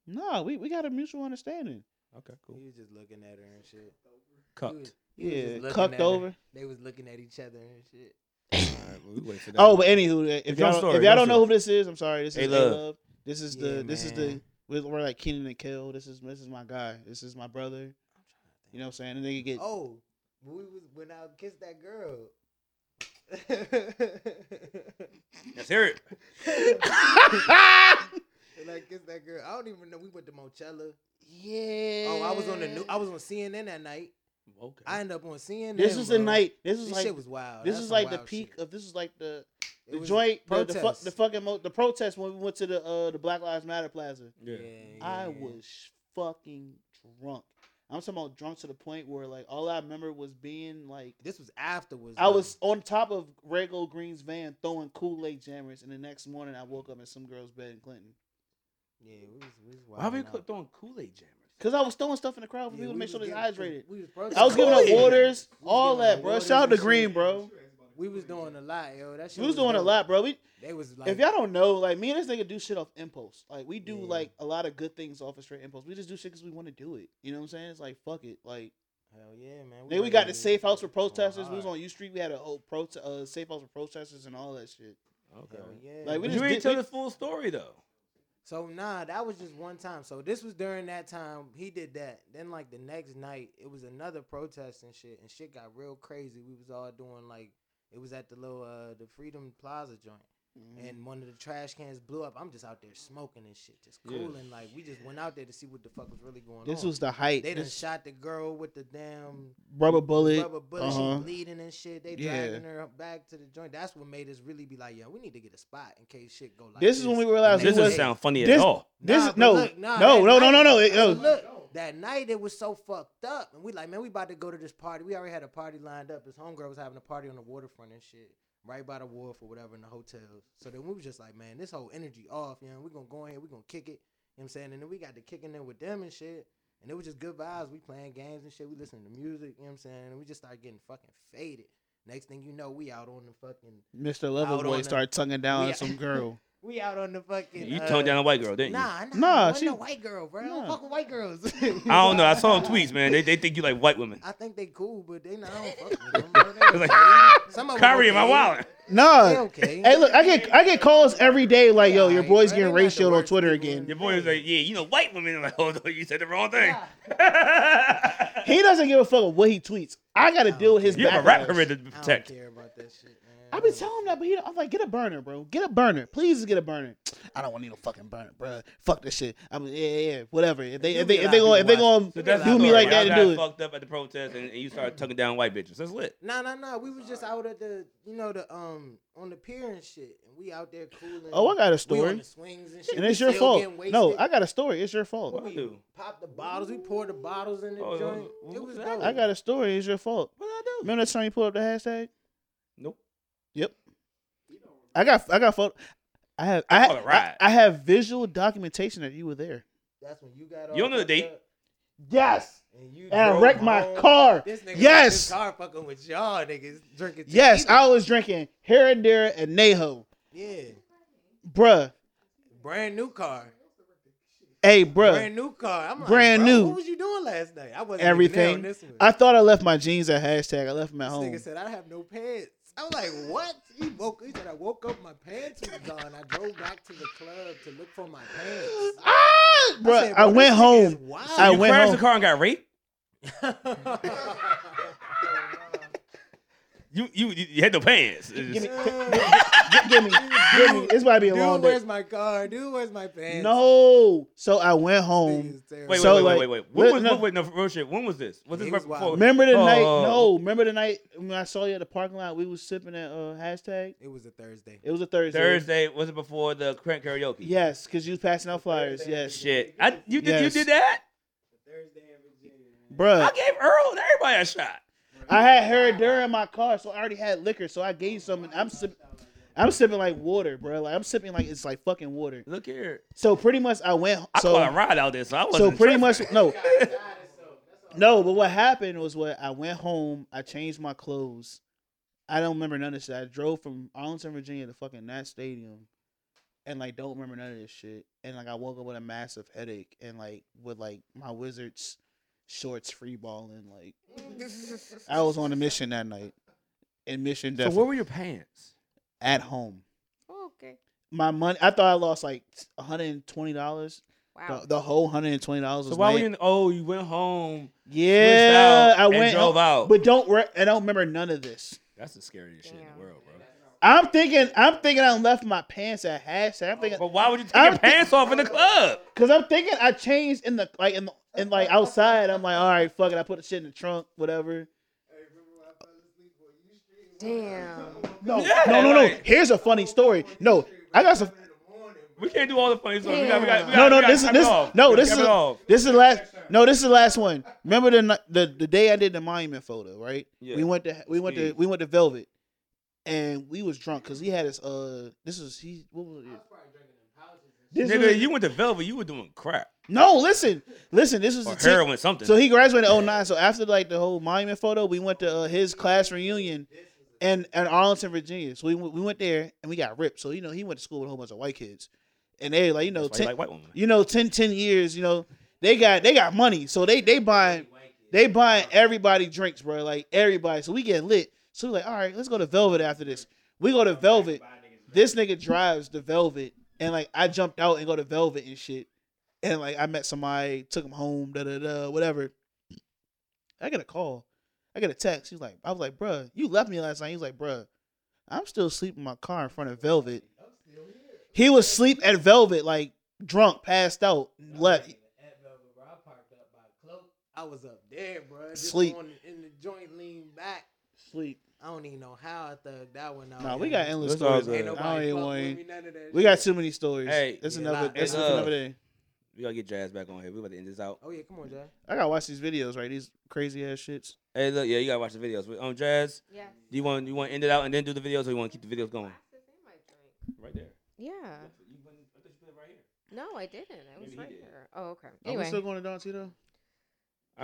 nah, we we got a mutual understanding. Okay, He was just looking at her and shit. He Cucked. was- he was Yeah, just looking at cucked her. over. They was looking at each other and shit. All right, well, we wait for that. Oh, but anywho, if Your y'all, story, if your y'all don't know story. who this is, I'm sorry. This is A-Love. A-Love. This is Yeah, the this is the man. we're we're like Keenan and Kill. This is this is my guy. This is my brother. You know what I'm saying? And they could get Oh, when we was when I kissed that girl. let's hear it. when I kissed that girl. I don't even know. We went to Mochella. yeah. Oh, I was on the new. I was on CNN that night. Okay. I ended up on CNN. This was the bro. night. This This was like shit was wild. this That's is some like the wild peak shit. of this is like the It the was joint the, the, fu- protest. the fucking mo- the protest when we went to the uh the Black Lives Matter Plaza. yeah. Yeah, I yeah. was fucking drunk. I'm talking about drunk to the point where like all I remember was being like This was afterwards. I though. was on top of Rego Green's van throwing Kool Aid jammers, and the next morning I woke up in some girl's bed in Clinton Yeah, we was. We was Why were you wilding out. throwing Kool Aid jammers? because I was throwing stuff in the crowd for Yeah, people we to make sure was they giving- hydrating. We was first- I was giving Kool-Aid. up waters, We was all giving that, out bro. waters Shout out to and Green, shit. bro. We was doing a lot, yo. That shit We was doing a dope. lot, bro. We They was like, if y'all don't know, like me and this nigga do shit off impulse. Like we do Yeah. like a lot of good things off of straight impulse. We just do shit because we want to do it. You know what I'm saying? It's like fuck it. Like hell yeah, man. then we like, got the yeah, safe house for going protesters. We was hard. on U Street. We had a whole protest, uh, safe house for protesters and all that shit. Hell yeah. Like, we But just you ain't did- tell we- the full story though. So nah, that was just one time. So this was during that time he did that. Then like the next night, it was another protest and shit, and shit got real crazy. We was all doing like it was at the little uh the Freedom Plaza joint, Mm-hmm. and one of the trash cans blew up. I'm just out there smoking and shit, just Yeah. cooling. Like we just went out there to see what the fuck was really going this on. was the height. they done This shot the girl with the damn rubber bullet. rubber bullet. uh-huh. She bleeding and shit. They Yeah. dragging her back to the joint. That's what made us really be like, yeah, we need to get a spot in case shit go like This this. is when we realized This we doesn't was- sound funny at this- all. This Nah, is but no, look, nah, no, that no, no, night- no, no, it- but no. Look, that night it was so fucked up, and we like, man, we about to go to this party. We already had a party lined up. This homegirl was having a party on the waterfront and shit, right by the wharf or whatever in the hotel. So then we was just like, man, this whole energy off, you know. We gonna go in here, we gonna kick it. You know what I'm saying? And then we got to kicking in with them and shit. And it was just good vibes. We playing games and shit. We listening to music. You know what I'm saying? And we just started getting fucking faded. Next thing you know, we out on the fucking, Mr. Out on Leatherboy the- started tonguing down We- some girl. we out on the fucking. You uh, tongued down a white girl, didn't you? Nah, nah, Nah, nah she she- a white girl, bro. I nah. don't fuck with white girls. I don't know. I saw him tweets, man. They, they think you like white women. I think they cool, but they not. I don't fuck with them. Bro. They Like, okay. Some of them Kyrie in my okay. wallet. They Nah. okay. Hey, look, I get I get calls every day like, yo, your Alright, boy's bro, getting they not the ratioed on worst Twitter people in again. Your boy was like, yeah, you know, white women. I'm like, hold on, you said the wrong thing. Nah. He doesn't give a fuck of what he tweets. I Oh, gotta deal with his you have a backlash. rap career to I don't protect. care about that shit, man. I be telling him that, but he, I'm like, get a burner, bro. Get a burner, please. Just get a burner. I don't want to need a fucking burner, bro. Fuck this shit. I'm yeah, yeah, yeah, whatever. If they You'll if they be if they go allowed if they to watch. go So that's do the me story. like that Y'all to got do it. fucked up at the protest and, and you started tucking down white bitches. That's lit. Nah, nah, nah. We was just out at the, you know, the um on the pier and shit, and we out there cooling. Oh, I got a We on story, the swings and shit. and We it's your still fault. getting wasted. No, I got a story. It's your What fault. I do? Pop the bottles. We poured the bottles in the Oh, joint. what it was was that? dope. I got a story. It's your fault. What I do? Remember that time you pulled up the hashtag? Nope. Yep. I got I got photo. I have I, I ha- call it ride. I, I have visual documentation that you were there. That's when you got. You all don't know the fucked date. up, Yes, And, you and I drove wrecked my home. car. This nigga Yes. yes. car fucking with y'all niggas drinking. Yes, tequila. I was drinking Herradura and Neho, yeah, bruh. brand new car, Hey, bruh. brand new car. I'm like, Brand bro, new. What was you doing last night? I wasn't even there on Everything. This, one. I thought I left my jeans at hashtag. I left them at this home. nigga said I have no pants. I was like, what? He woke. He said I woke up, my pants was gone. I drove back to the club to look for my pants. ah, bruh. I, said, bro, went this nigga is home. I you went crashed home. the car and got raped. You you you you had no pants. It's Give me, just- give me, give me. This might be a long Dude, day. where's my car? Dude, where's my pants? No. So I went home. Wait, wait, So, wait, like, wait, wait, wait. What let- was no. what, wait, no, real shit. When was this? Was this He right was wild. before? Remember the night? Oh. No. Remember the night when I saw you at the parking lot? We was sipping at uh, hashtag. It was a Thursday. It was a Thursday. oh. Thursday was it before the crank karaoke? Yes, because you was passing out flyers. Yes, Shit. I you did Yes. you did that? bruh. I gave Earl and everybody a shot. I had Herradura in my car, so I already had liquor. So I gave some. and I'm sipping. I'm sipping like water, bruh. Like I'm sipping like it's like fucking water. Look here. So pretty much, I went. I So caught a ride out there, so I was so pretty much no no but what happened was what i went home i changed my clothes i don't remember none of this shit. i drove from arlington virginia to fucking that stadium and like don't remember none of this shit and like i woke up with a massive headache and like with like my wizards shorts free balling like i was on a mission that night and mission So definitely where were your pants? at home okay. my money i thought i lost like $120 Wow. the, the whole $120 was So why were laying- you in the, oh you went home, Yeah, out, I and went drove out. but don't. Re- I don't remember none of this. That's the scariest shit in Damn. the world, bro. I'm thinking. I'm thinking. I left my pants at hashtag. I'm thinking But why would you take I your don't thi- pants off in the club? because I'm thinking I changed in the like in the, in like outside. I'm like, all right, fuck it. I put the shit in the trunk, whatever. Damn. No, Yeah, no, no, no. like- Here's a funny story. No, I got some. We can't do all the funny songs. We got, we got, we No, got, no, we got this is- cut this- it off. no, We this cut is- it off. This is the last. Next time. No, this is the last one. Remember the ni- the the day I did the monument photo, right? Yeah. We went to we went to Steve. we went to Velvet, and we was drunk because he had his uh. This was he. What was it? This Nigga, was- you went to Velvet. You were doing crap no, listen, listen. This was or the team- heroin, something. So he graduated in 09. So after like the whole monument photo, we went to uh, his class reunion in, in Arlington, Virginia. So we went- we went there and we got ripped. So you know he went to school with a whole bunch of white kids, and they like you know That's why you like ten, white women. you know 10, 10 years you know they got they got money. So they they buying they buying everybody drinks, bro. Like everybody. So we getting lit. So we like all right, let's go to Velvet after this. We go to Velvet. This nigga drives the Velvet, and like I jumped out and go to Velvet and shit and like I met somebody, took him home, da da da, whatever. I get a call, I get a text. He's like, I was like, bruh, you left me last night. He's like, bruh, I'm still sleeping in my car in front of Velvet. He was sleep at Velvet, like drunk, passed out, left. I was up there, bro. Just Sleep. On, in the joint, lean back. Sleep. I don't even know how I thugged that one out. Nah, we got endless That's all stories. good. Ain't man. I don't nobody even fuck want. with me, to- none of that We got shit. too many stories. Hey, that's Yeah, another. nah, that's it's, just uh, another day. We gotta get Jazz back on here. We about to end this out. Oh yeah, come on, Jay. Uh, I gotta watch these videos, right? These crazy ass shits. Hey, look, yeah, you gotta watch the videos. Um, Jazz, Yeah. do you want you want to end it out and then do the videos, or you want to keep the videos going? Right there. Yeah. No, I didn't. I was Maybe he right did. here. Oh, okay. Are we Anyway. still going to Don Tito? All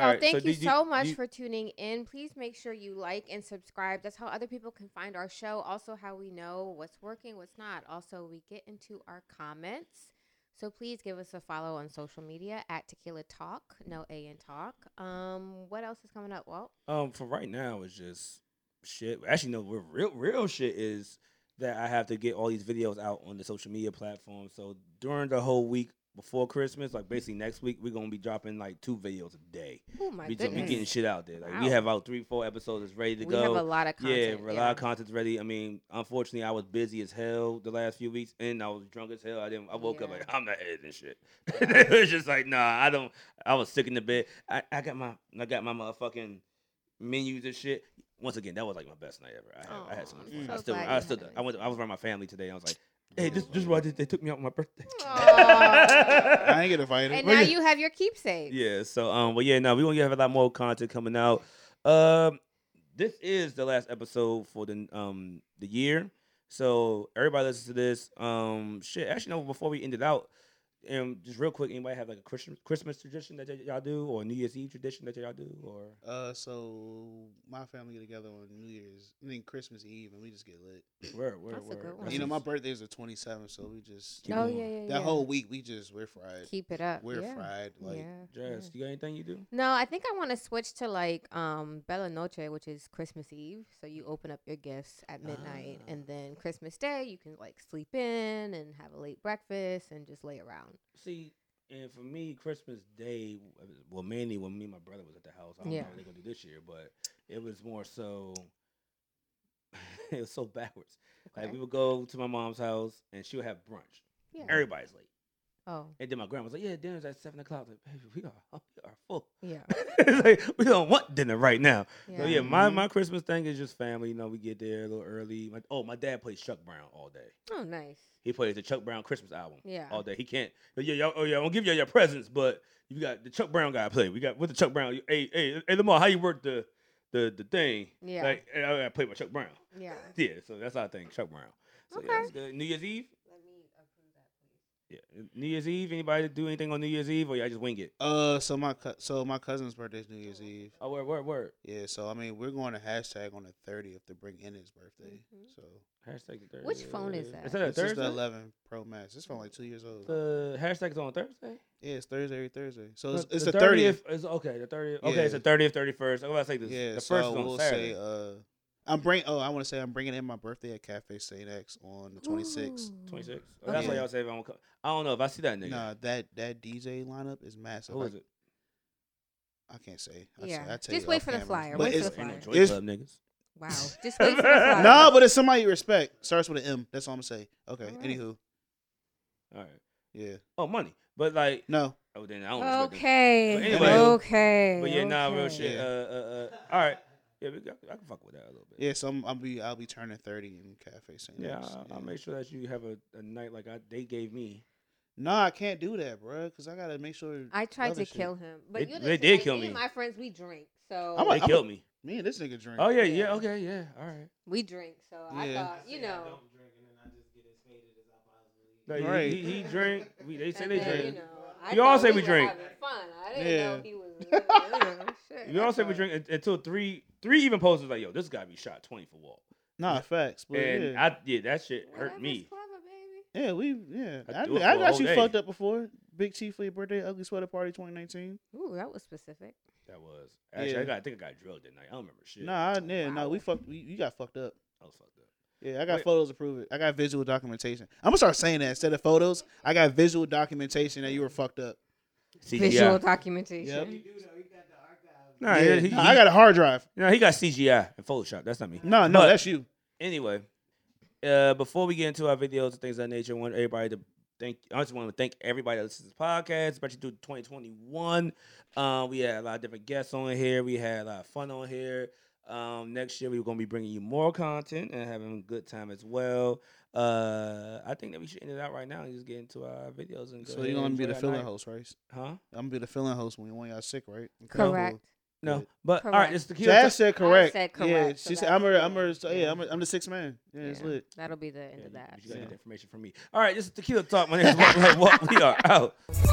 no, right, Oh, thank do you so much do you- for tuning in. Please make sure you like and subscribe. That's how other people can find our show. Also, how we know what's working, what's not. Also, we get into our comments. So please give us a follow on social media at Tequila Talk, no A in Talk. Um, what else is coming up? Well, Um, for right now, it's just shit. Actually, no, we're real real shit is that I have to get all these videos out on the social media platform. So during the whole week before Christmas, like basically next week, we're gonna be dropping like two videos a day. oh my we just be goodness, getting shit out there. Like we Wow. have out three, four episodes that's ready to we go. have a lot of Yeah, content. a lot of content's ready. I mean, unfortunately, I was busy as hell the last few weeks, and I was drunk as hell. I didn't. I woke up Yeah. like I'm not editing shit. it was just like, nah, I don't. I was sick in the bed. I, I got my I got my motherfucking menus and shit. Once again, that was like my best night ever. I had, I had so Aw, much I'm fun. so I still, glad I you still, had it. I went, I was around my family today. I was like, hey, this, this is why they, they took me out on my birthday. Aw. I ain't get invited. and Where now you- you have your keepsake. Yeah. So um, but yeah, no, we gonna have a lot more content coming out. Um, this is the last episode for the um the year. So everybody listen to this. Um, shit. Actually, no. Before we end it out, um, just real quick, anybody have like a Christmas Christmas tradition that y- y'all do, or a New Year's Eve tradition that y'all do, or Uh, so my family get together on New Year's, I mean Christmas Eve, and we just get lit. where where That's a good one. You know, my Nice. birthday is the twenty seventh, so we just Keep Oh going. yeah, yeah, Mm. that yeah. whole week we just we're fried. keep it up. we're yeah. fried. Like yeah. Jazz, you got anything you do? No, I think I want to switch to like um Bella Noche, which is Christmas Eve. So you open up your gifts at midnight, Ah. and then Christmas Day you can like sleep in and have a late breakfast and just lay around. See, and for me, Christmas Day, well, mainly when me and my brother was at the house. I don't Yeah. know what they're gonna do this year, but it was more so. it was so backwards. Like we would go to my mom's house and she would have brunch. Yeah. Everybody's late, Oh, and then my grandma was like, "Yeah, dinner's at seven o'clock." Like, baby, we are we are full. yeah. it's like we don't want dinner right now. Yeah. Mm-hmm. So Oh, yeah, my Mhm. my Christmas thing is just family. You know, we get there a little early. My, oh, my dad plays Chuck Brown all day. Oh, nice. He plays the Chuck Brown Christmas album Yeah. all day. He can't. Yeah, yeah, oh yeah. I'm gonna give you your presents, but you got the Chuck Brown guy play. We got with the Chuck Brown. Hey, hey, hey, Lamar, how you work the the the thing? Yeah. Like, hey, I, I play with Chuck Brown. Yeah. Yeah, so that's our thing, Chuck Brown. So Okay. yeah, that's good. New Year's Eve. Let me approve that, please. Yeah. New Year's Eve. Anybody do anything on New Year's Eve, or y'all just wing it? uh, so my cu- so my cousin's birthday is New Year's Eve. Oh, word, word, word. Yeah, so I mean we're going to hashtag on the thirtieth to bring in his birthday. Mhm. So Hashtag the Thursday. Which phone is that? Is that a this is the Thursday? eleven Pro Max. This phone like two years old. The hashtag is on Thursday. yeah, it's Thursday every Thursday. So it's, The- it's the the thirtieth. Is okay. The thirtieth. Okay, it's Yeah. the thirtieth, thirty-first. I'm about to say this. Yeah, the first so is on we'll Saturday. say uh, I'm bring. Oh, I want to say I'm bringing in my birthday at Cafe Saint X on the twenty sixth. Ooh. 26. Oh, That's why Okay. y'all say if I don't come. I don't know if I see that nigga. Nah, that that DJ lineup is massive. Who I- is it? I can't say. I Yeah. say, I tell Just you wait off for the camera. flyer. But Wait for it's- the flyer. Joy it's- Club niggas. Wow. Just wait for the flyer. flyer. No, but it's somebody you respect. Starts with an M. That's all I'm gonna say. Okay. Alright. Anywho, All right. yeah. Oh, money. But like, No. oh, then I don't respect them. Okay. But anyway- okay. But yeah, nah, real okay. shit. Yeah. Uh, uh, uh, all right. Yeah, we, I, I can fuck with that a little bit. Yeah, so I'm, I'll be I'll be turning thirty in Cafe Saint. Yeah, Louis, I'll, I'll make sure that you have a, a night like I, they gave me. No, I can't do that, bro, because I gotta make sure. I tried other to shit. kill him, but They- you they didn't- did like, kill me and me. my friends, we drink, so I'm a- they killed me. me and this nigga drink. Oh yeah, yeah, Yeah. okay, yeah, all right. we drink. So I Yeah. thought, you know, No, he- Right. He, he drank. We, they say and they then, drink. You, know, I You all thought say we were drink. having Fun. I didn't know Yeah. he was. you know, shit. We all I said we thought- drink un- until three. Three even posts was like, "Yo, this gotta be shot twenty for wall." Nah, facts. But and yeah. I, yeah, that shit Well, that hurt was me. Clever, baby. yeah, we yeah. I I, I, do it for a got you whole day. fucked up before. Big Chief for your birthday, ugly sweater party 2019. Ooh, that was specific. That was actually. I, Yeah. got, I think I got drilled that night. I don't remember shit. Nah, I, yeah, Wow. no, we fucked. We, you got fucked up. I was fucked up. Yeah, I got Wait. photos to prove it. I got visual documentation. I'm gonna start saying that instead of photos. I got visual documentation that you were fucked up. CGI. Visual documentation. Yep. Nah, Yeah, yeah, he, nah, I got a hard drive. No, he got CGI and Photoshop. That's not me. No, no, But- that's you. anyway, uh, before we get into our videos and things of that nature, I want everybody to thank. I just want to thank everybody that listens to this podcast, especially through 2021. Um, we had a lot of different guests on here. We had a lot of fun on here. Um, next year we're gonna be bringing you more content and having a good time as well. Uh, I think that we should end it out right now and just get into our videos and go So ahead you're gonna and be the enjoy our filling night. host, right? huh? I'm gonna be the filling host when one of y'all sick, right? Correct. No, but all right, Correct. it's the Jazz said correct. said Yeah, correct, so she said that's I'm her. cool. I'm her. so- yeah, Yeah. I'm. Her, I'm the sixth man. Yeah, it's Yeah, lit. That'll be the end Yeah, of you- that. You, gotta Yeah. get the information from me. All right, this is Tequila Talk. My name is Walk Like Walk. We are out.